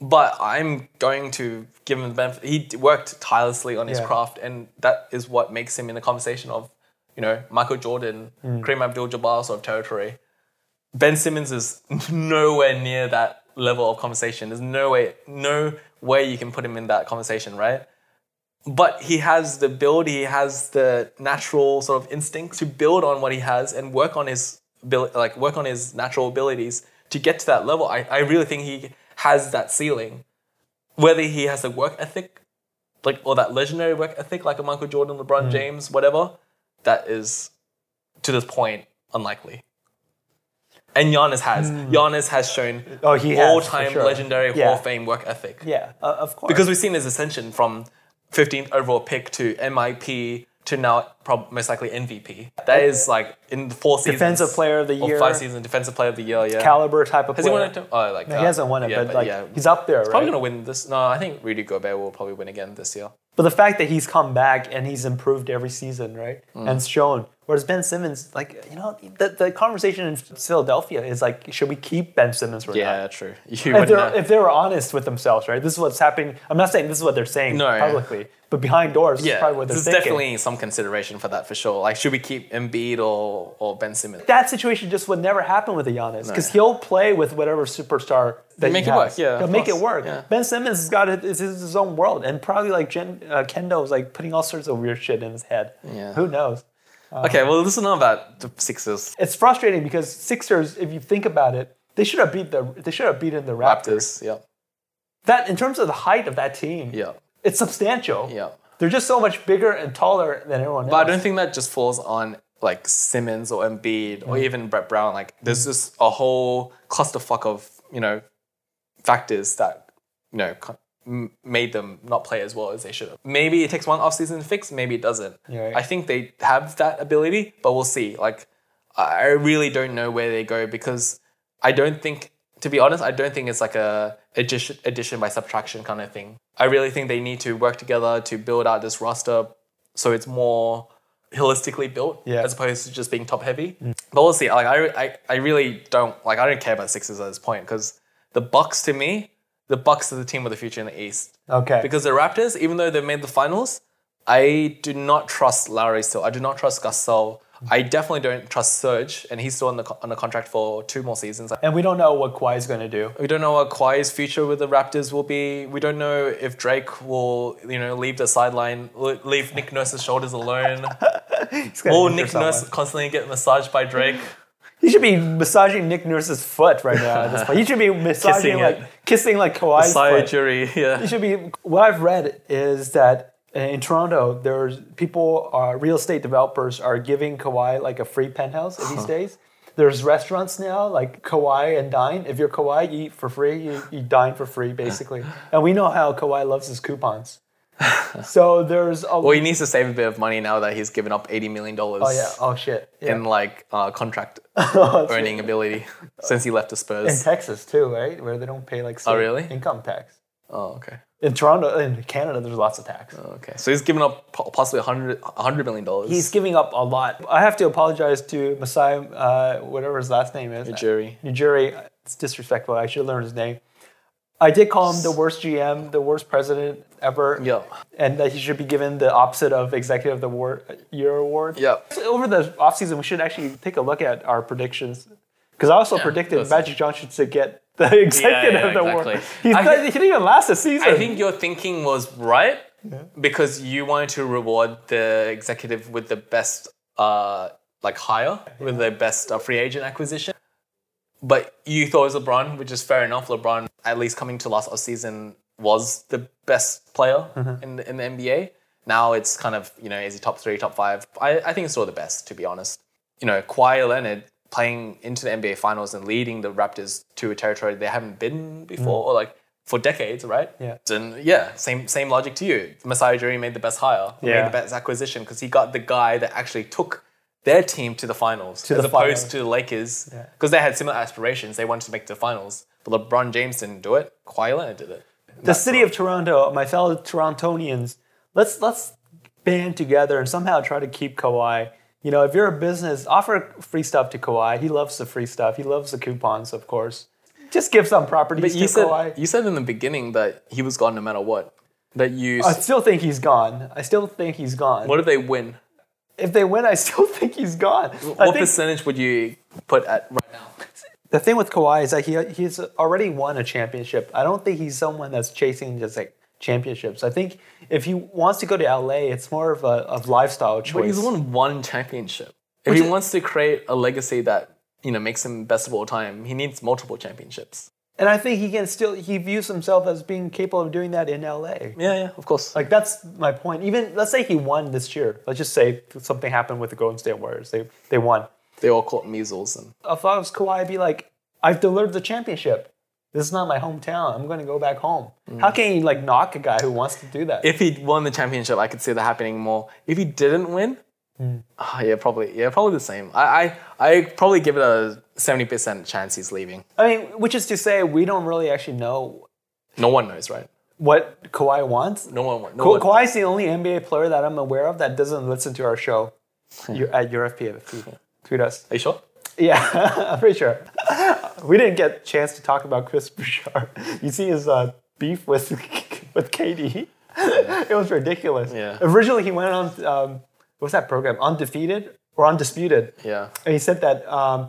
[SPEAKER 3] But I'm going to give him the benefit. He d- worked tirelessly on his
[SPEAKER 2] Yeah.
[SPEAKER 3] craft, and that is what makes him in the conversation of, you know, Michael Jordan,
[SPEAKER 2] Mm.
[SPEAKER 3] Kareem Abdul-Jabbar sort of territory. Ben Simmons is nowhere near that level of conversation. There's no way, no way you can put him in that conversation, right? But he has the build, he has the natural sort of instinct to build on what he has and work on his abil- like work on his natural abilities to get to that level. I, I really think he has that ceiling. Whether he has a work ethic, like or that legendary work ethic, like a Michael Jordan, LeBron
[SPEAKER 2] Mm.
[SPEAKER 3] James, whatever, that is to this point unlikely. And Giannis has. Giannis has shown
[SPEAKER 2] Mm. Oh, he has, for
[SPEAKER 3] all-time
[SPEAKER 2] sure.
[SPEAKER 3] legendary
[SPEAKER 2] Yeah.
[SPEAKER 3] Hall of Fame work ethic.
[SPEAKER 2] Yeah, uh, of course.
[SPEAKER 3] Because we've seen his ascension from 15th overall pick to MIP to now prob- most likely MVP. That is like in four seasons.
[SPEAKER 2] Defensive Player of the
[SPEAKER 3] Or
[SPEAKER 2] Year.
[SPEAKER 3] five season defensive player of the year. Yeah.
[SPEAKER 2] caliber type of
[SPEAKER 3] Has he
[SPEAKER 2] player.
[SPEAKER 3] won it? To, oh, like
[SPEAKER 2] he
[SPEAKER 3] uh,
[SPEAKER 2] hasn't won it,
[SPEAKER 3] yeah,
[SPEAKER 2] but, like
[SPEAKER 3] yeah.
[SPEAKER 2] he's up there, right?
[SPEAKER 3] probably gonna win this. No, I think Rudy Gobert will probably win again this year.
[SPEAKER 2] But the fact that he's come back and he's improved every season, right?
[SPEAKER 3] Mm.
[SPEAKER 2] And shown. Whereas Ben Simmons, like, you know, the, the conversation in Philadelphia is like, should we keep Ben Simmons or not?
[SPEAKER 3] Yeah, true. Uh, You
[SPEAKER 2] if
[SPEAKER 3] would
[SPEAKER 2] they're,
[SPEAKER 3] know.
[SPEAKER 2] if they were honest with themselves, right? This is what's happening. I'm not saying this is what they're saying
[SPEAKER 3] No, yeah.
[SPEAKER 2] publicly, but behind doors, this is
[SPEAKER 3] Yeah,
[SPEAKER 2] probably what they're
[SPEAKER 3] there's
[SPEAKER 2] thinking.
[SPEAKER 3] definitely some consideration for that for sure. Like, should we keep Embiid or or Ben Simmons?
[SPEAKER 2] that situation just would never happen with a Giannis because
[SPEAKER 3] No.
[SPEAKER 2] he'll play with whatever superstar that
[SPEAKER 3] Make
[SPEAKER 2] he
[SPEAKER 3] it work,
[SPEAKER 2] has.
[SPEAKER 3] yeah,
[SPEAKER 2] He'll
[SPEAKER 3] of
[SPEAKER 2] make it
[SPEAKER 3] course,
[SPEAKER 2] work.
[SPEAKER 3] yeah.
[SPEAKER 2] Ben Simmons has got it. It's his, his own world, and probably like Jen, uh, Kendo is like putting all sorts of weird shit in his head.
[SPEAKER 3] Yeah.
[SPEAKER 2] Who knows?
[SPEAKER 3] okay, well, this is not about the Sixers.
[SPEAKER 2] It's frustrating because Sixers, if you think about it, they should have beat the they should have beaten the Raptors.
[SPEAKER 3] Raptors. Yeah,
[SPEAKER 2] That in terms of the height of that team,
[SPEAKER 3] yeah,
[SPEAKER 2] it's substantial.
[SPEAKER 3] yeah.
[SPEAKER 2] They're just so much bigger and taller than everyone else.
[SPEAKER 3] But I don't think that just falls on like Simmons or Embiid or even Brett Brown. Like there's just a whole clusterfuck of you know factors that you know co- m- made them not play as well as they should have. Maybe it takes one offseason to fix. Maybe it doesn't.
[SPEAKER 2] You're right.
[SPEAKER 3] I think they have that ability, but we'll see. Like I I really don't know where they go because I don't think. To be honest, I don't think it's like a addition, addition by subtraction kind of thing. I really think they need to work together to build out this roster, so it's more holistically built
[SPEAKER 2] Yeah.
[SPEAKER 3] as opposed to just being top heavy. But we'll see. Like I, I, I really don't like. I don't care about Sixers at this point because the Bucks to me, the Bucks are the team of the future in the East.
[SPEAKER 2] Okay.
[SPEAKER 3] Because the Raptors, even though they've made the finals, I do not trust Lowry still. I do not trust Gasol. I definitely don't trust Serge, and he's still on the co- on the contract for two more seasons.
[SPEAKER 2] and we don't know what Kawhi's going to do.
[SPEAKER 3] We don't know what Kawhi's future with the Raptors will be. We don't know if Drake will, you know, leave the sideline, l- leave Nick Nurse's shoulders alone.
[SPEAKER 2] He's gonna
[SPEAKER 3] Will
[SPEAKER 2] injure
[SPEAKER 3] Nick
[SPEAKER 2] someone.
[SPEAKER 3] Nurse constantly get massaged by Drake?
[SPEAKER 2] He should be massaging Nick Nurse's foot right now. At this point. He should be massaging
[SPEAKER 3] Kissing
[SPEAKER 2] like
[SPEAKER 3] it.
[SPEAKER 2] kissing like Kawhi's foot.
[SPEAKER 3] Surgery,
[SPEAKER 2] He
[SPEAKER 3] yeah.
[SPEAKER 2] should be. What I've read is that uh, in Toronto, there's people, uh, real estate developers, are giving Kawhi like a free penthouse if he stays. There's restaurants now like Kawhi and Dine. If you're Kawhi, you eat for free. You, you dine for free, basically. and we know how Kawhi loves his coupons. so there's a.
[SPEAKER 3] Well, he needs to save a bit of money now that he's given up $80 million
[SPEAKER 2] oh yeah. Oh shit. Yeah.
[SPEAKER 3] in like uh, contract earning ability since he left the
[SPEAKER 2] in
[SPEAKER 3] Spurs.
[SPEAKER 2] Texas too, right? Where they don't pay like state
[SPEAKER 3] really?
[SPEAKER 2] income tax.
[SPEAKER 3] Oh, okay.
[SPEAKER 2] In Toronto, in Canada, there's lots of tax.
[SPEAKER 3] Okay. So he's given up po- possibly 100, $100 million.
[SPEAKER 2] He's giving up a lot. I have to apologize to Masai, uh, whatever his last name is.
[SPEAKER 3] Nijiri.
[SPEAKER 2] Nijiri. It's disrespectful. I should have learned his name. I did call him the worst GM, the worst president ever.
[SPEAKER 3] Yeah.
[SPEAKER 2] And that he should be given the opposite of Executive of the War- Year Award.
[SPEAKER 3] Yeah.
[SPEAKER 2] So Over the offseason, we should actually take a look at our predictions. Because I also predicted
[SPEAKER 3] that's-
[SPEAKER 2] Magic Johnson to get the Executive
[SPEAKER 3] yeah,
[SPEAKER 2] of the Award.
[SPEAKER 3] exactly.
[SPEAKER 2] He's
[SPEAKER 3] I
[SPEAKER 2] not,
[SPEAKER 3] thi-
[SPEAKER 2] he didn't even last the season.
[SPEAKER 3] I think your thinking was right because you wanted to reward the executive with the best, uh, like hire with the best uh, free agent acquisition. But you thought it was LeBron, which is fair enough. LeBron, at least coming to last offseason, was the best player
[SPEAKER 2] Mm-hmm.
[SPEAKER 3] in, the, in the NBA. Now it's kind of, you know, is he top three, top five? I, I think it's still the best, to be honest. You know, Kawhi Leonard playing into the NBA Finals and leading the Raptors to a territory they haven't been before, or like for decades, right?
[SPEAKER 2] Mm. Yeah.
[SPEAKER 3] Then yeah, same same logic to you. Masai Ujiri made the best hire,
[SPEAKER 2] Yeah.
[SPEAKER 3] made the best acquisition because he got the guy that actually took their team to the finals, as
[SPEAKER 2] the
[SPEAKER 3] opposed
[SPEAKER 2] finals.
[SPEAKER 3] to the Lakers because they had similar aspirations. They wanted to make the finals, but LeBron James didn't do it. Kawhi Leonard did it.
[SPEAKER 2] the city of Toronto, my fellow Torontonians, let's let's band together and somehow try to keep Kawhi. You know, if you're a business, offer free stuff to Kawhi. He loves the free stuff. He loves the coupons, of course. Just give some properties
[SPEAKER 3] But
[SPEAKER 2] to
[SPEAKER 3] you said
[SPEAKER 2] Kawhi.
[SPEAKER 3] you said in the beginning that he was gone no matter what. That you.
[SPEAKER 2] I still think he's gone. I still think he's gone.
[SPEAKER 3] what if they win?
[SPEAKER 2] If they win, I still think he's gone. I
[SPEAKER 3] What
[SPEAKER 2] think
[SPEAKER 3] percentage would you put at right now?
[SPEAKER 2] the thing with Kawhi is that he he's already won a championship. I don't think he's someone that's chasing just like championships. I think if he wants to go to LA, it's more of a of lifestyle choice.
[SPEAKER 3] But he's won one championship. If he wants to create a legacy that you know makes him best of all time, he needs multiple championships.
[SPEAKER 2] And I think he can still he views himself as being capable of doing that in LA.
[SPEAKER 3] Yeah, yeah, of course.
[SPEAKER 2] Like that's my point. Even let's say he won this year. Let's just say something happened with the Golden State Warriors. They they won.
[SPEAKER 3] they all caught measles and
[SPEAKER 2] If I was Kawhi, I'd be like, I've delivered the championship. This is not my hometown. I'm going to go back home. How can you like knock a guy who wants to do that?
[SPEAKER 3] if he won the championship, I could see that happening more. If he didn't win,
[SPEAKER 2] Hmm.
[SPEAKER 3] ah, yeah, probably, yeah, probably the same. I, I, I probably give it a seventy percent chance he's leaving.
[SPEAKER 2] I mean, which is to say, we don't really actually know
[SPEAKER 3] No one knows, right?
[SPEAKER 2] what Kawhi wants.
[SPEAKER 3] No one. No
[SPEAKER 2] Ka-
[SPEAKER 3] one.
[SPEAKER 2] Kawhi's the only NBA player that I'm aware of that doesn't listen to our show. You- at your FPFP, tweet us.
[SPEAKER 3] Are you sure?
[SPEAKER 2] Yeah, I'm pretty sure. We didn't get a chance to talk about Chris Bouchard. You see his uh, beef with with KD. it was ridiculous.
[SPEAKER 3] Yeah.
[SPEAKER 2] Originally, he went on um, what's that program? Undefeated or undisputed,
[SPEAKER 3] Yeah.
[SPEAKER 2] and he said that um,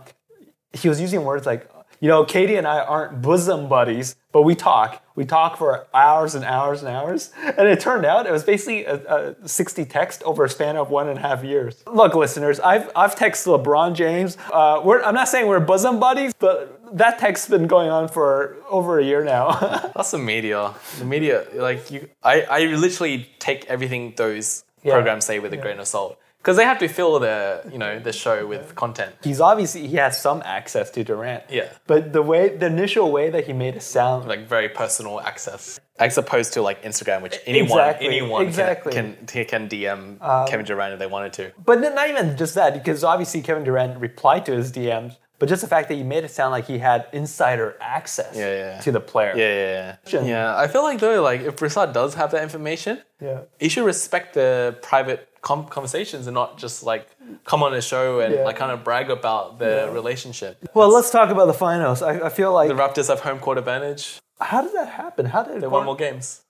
[SPEAKER 2] he was using words like, you know, Katie and I aren't bosom buddies, but we talk. We talk for hours and hours and hours. And it turned out it was basically a, a 60 text over a span of one and a half years. Look, listeners, I've, I've texted LeBron James. Uh, we're, I'm not saying we're bosom buddies, but that text's been going on for over a year now.
[SPEAKER 3] That's the media. The media, like you, I, I literally take everything those programs say with a grain of salt because they have to fill the, you know, the show with content.
[SPEAKER 2] He's obviously, he has some access to Durant.
[SPEAKER 3] Yeah.
[SPEAKER 2] But the way, the initial way that he made it sound
[SPEAKER 3] like very personal access, as opposed to like Instagram, which anyone
[SPEAKER 2] Exactly,
[SPEAKER 3] anyone
[SPEAKER 2] exactly. Um,
[SPEAKER 3] can, can can DM Kevin Durant if they wanted to.
[SPEAKER 2] But then not even just that, because obviously Kevin Durant replied to his DMs, but just the fact that he made it sound like he had insider access
[SPEAKER 3] Yeah, yeah.
[SPEAKER 2] to the player.
[SPEAKER 3] Yeah, yeah,
[SPEAKER 2] Sure.
[SPEAKER 3] yeah. yeah. I feel like though, like if Brissard does have that information,
[SPEAKER 2] Yeah.
[SPEAKER 3] he should respect the private com- conversations and not just like come on a show and
[SPEAKER 2] Yeah.
[SPEAKER 3] like kind of brag about the relationship.
[SPEAKER 2] Well, let's talk about the finals. I, I feel like
[SPEAKER 3] the Raptors have home court advantage.
[SPEAKER 2] how did that happen? How did
[SPEAKER 3] They
[SPEAKER 2] it
[SPEAKER 3] won more games.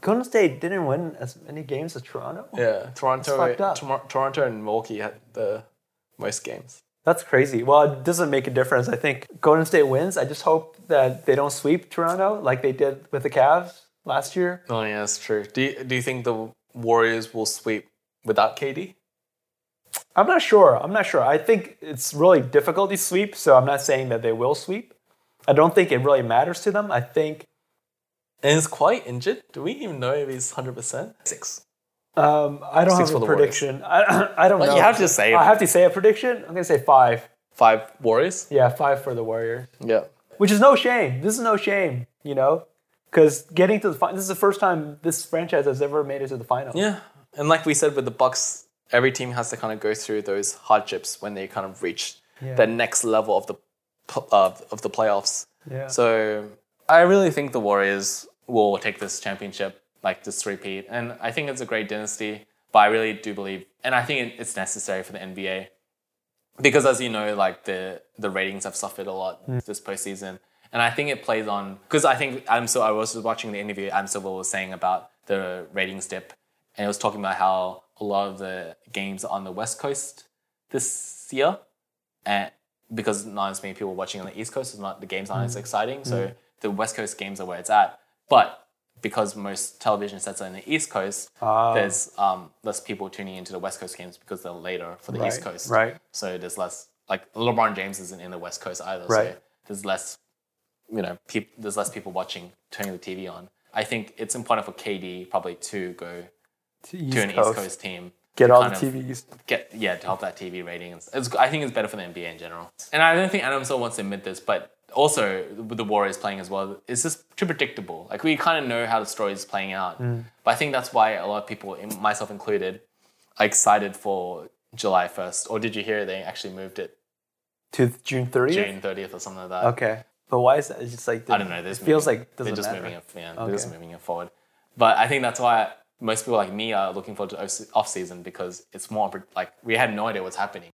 [SPEAKER 2] Golden State didn't win as many games as Toronto?
[SPEAKER 3] Yeah, Toronto,
[SPEAKER 2] fucked up.
[SPEAKER 3] Tor- Toronto and Milwaukee had the most games.
[SPEAKER 2] That's crazy. Well, it doesn't make a difference. I think Golden State wins. I just hope that they don't sweep Toronto like they did with the Cavs last year.
[SPEAKER 3] Oh yeah, that's true. Do you, do you think the Warriors will sweep without KD?
[SPEAKER 2] I'm not sure. I'm not sure. I think it's really difficult to sweep, so I'm not saying that they will sweep. I don't think it really matters to them. I think
[SPEAKER 3] And is quite injured. Do we even know if he's hundred percent? Six.
[SPEAKER 2] um, I don't have
[SPEAKER 3] Six for
[SPEAKER 2] a
[SPEAKER 3] the Warriors.
[SPEAKER 2] prediction. I, I don't know.
[SPEAKER 3] you have to say
[SPEAKER 2] I
[SPEAKER 3] it.
[SPEAKER 2] have to say a prediction. I'm gonna say five.
[SPEAKER 3] Five Warriors.
[SPEAKER 2] Yeah, five for the Warriors,
[SPEAKER 3] Yeah.
[SPEAKER 2] which is no shame. This is no shame. You know, Because getting to the final, this is the first time this franchise has ever made it to the final.
[SPEAKER 3] Yeah, and like we said with the Bucks, every team has to kind of go through those hardships when they kind of reach the next level of the pl- uh, of the playoffs.
[SPEAKER 2] Yeah.
[SPEAKER 3] So I really think the Warriors will take this championship, like this repeat, and I think it's a great dynasty. But I really do believe, and I think it- it's necessary for the NBA because, as you know, like the the ratings have suffered a lot this postseason, and I think it plays on because I think Adam Silver. I was just watching the interview Adam Silver was saying about the ratings dip, and it was talking about how a lot of the games are on the West Coast this year, and because not as many people watching on the East Coast, it's not the games aren't
[SPEAKER 2] Mm.
[SPEAKER 3] as exciting. So the West Coast games are where it's at, but because most television sets are in the East Coast,
[SPEAKER 2] Ah.
[SPEAKER 3] there's um, less people tuning into the West Coast games because they're later for the East
[SPEAKER 2] Right,
[SPEAKER 3] Coast.
[SPEAKER 2] right.
[SPEAKER 3] So there's less like LeBron James isn't in the West Coast either.
[SPEAKER 2] Right.
[SPEAKER 3] So there's less, you know, peop- there's less people watching turning the TV on. I think it's important for KD probably to go
[SPEAKER 2] To,
[SPEAKER 3] to an East Coast team.
[SPEAKER 2] Get
[SPEAKER 3] to
[SPEAKER 2] all the
[SPEAKER 3] kind of-
[SPEAKER 2] TVs.
[SPEAKER 3] get yeah to help that TV ratings. It's, I think it's better for the NBA in general. And I don't think Adam Silver wants to admit this, but also with the Warriors playing as well, it's just too predictable. Like we kind of know how the story is playing out. But I think that's why a lot of people, in- myself included, are excited for July first. Or did you hear they actually moved it
[SPEAKER 2] To June 30th?
[SPEAKER 3] June thirtieth or something like that?
[SPEAKER 2] Okay. But why is that? It's just like,
[SPEAKER 3] I don't know. This
[SPEAKER 2] it feels like it
[SPEAKER 3] they're
[SPEAKER 2] doesn't
[SPEAKER 3] just
[SPEAKER 2] matter.
[SPEAKER 3] moving it. Yeah, they're just
[SPEAKER 2] Okay.
[SPEAKER 3] moving it forward. But I think that's why most people like me are looking forward to off season because it's more pre- like we had no idea what's happening.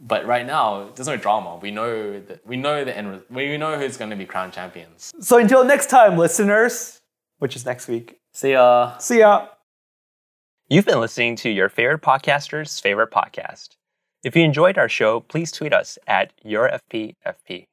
[SPEAKER 3] But right now, there's no drama. We know that we know the end. res- We know who's going to be crowned champions.
[SPEAKER 2] So until next time, listeners, which is next week.
[SPEAKER 3] See
[SPEAKER 4] uh,
[SPEAKER 3] ya.
[SPEAKER 2] See ya. You've been listening to your favorite podcaster's favorite podcast. If you enjoyed our show, please tweet us at yourfpfp.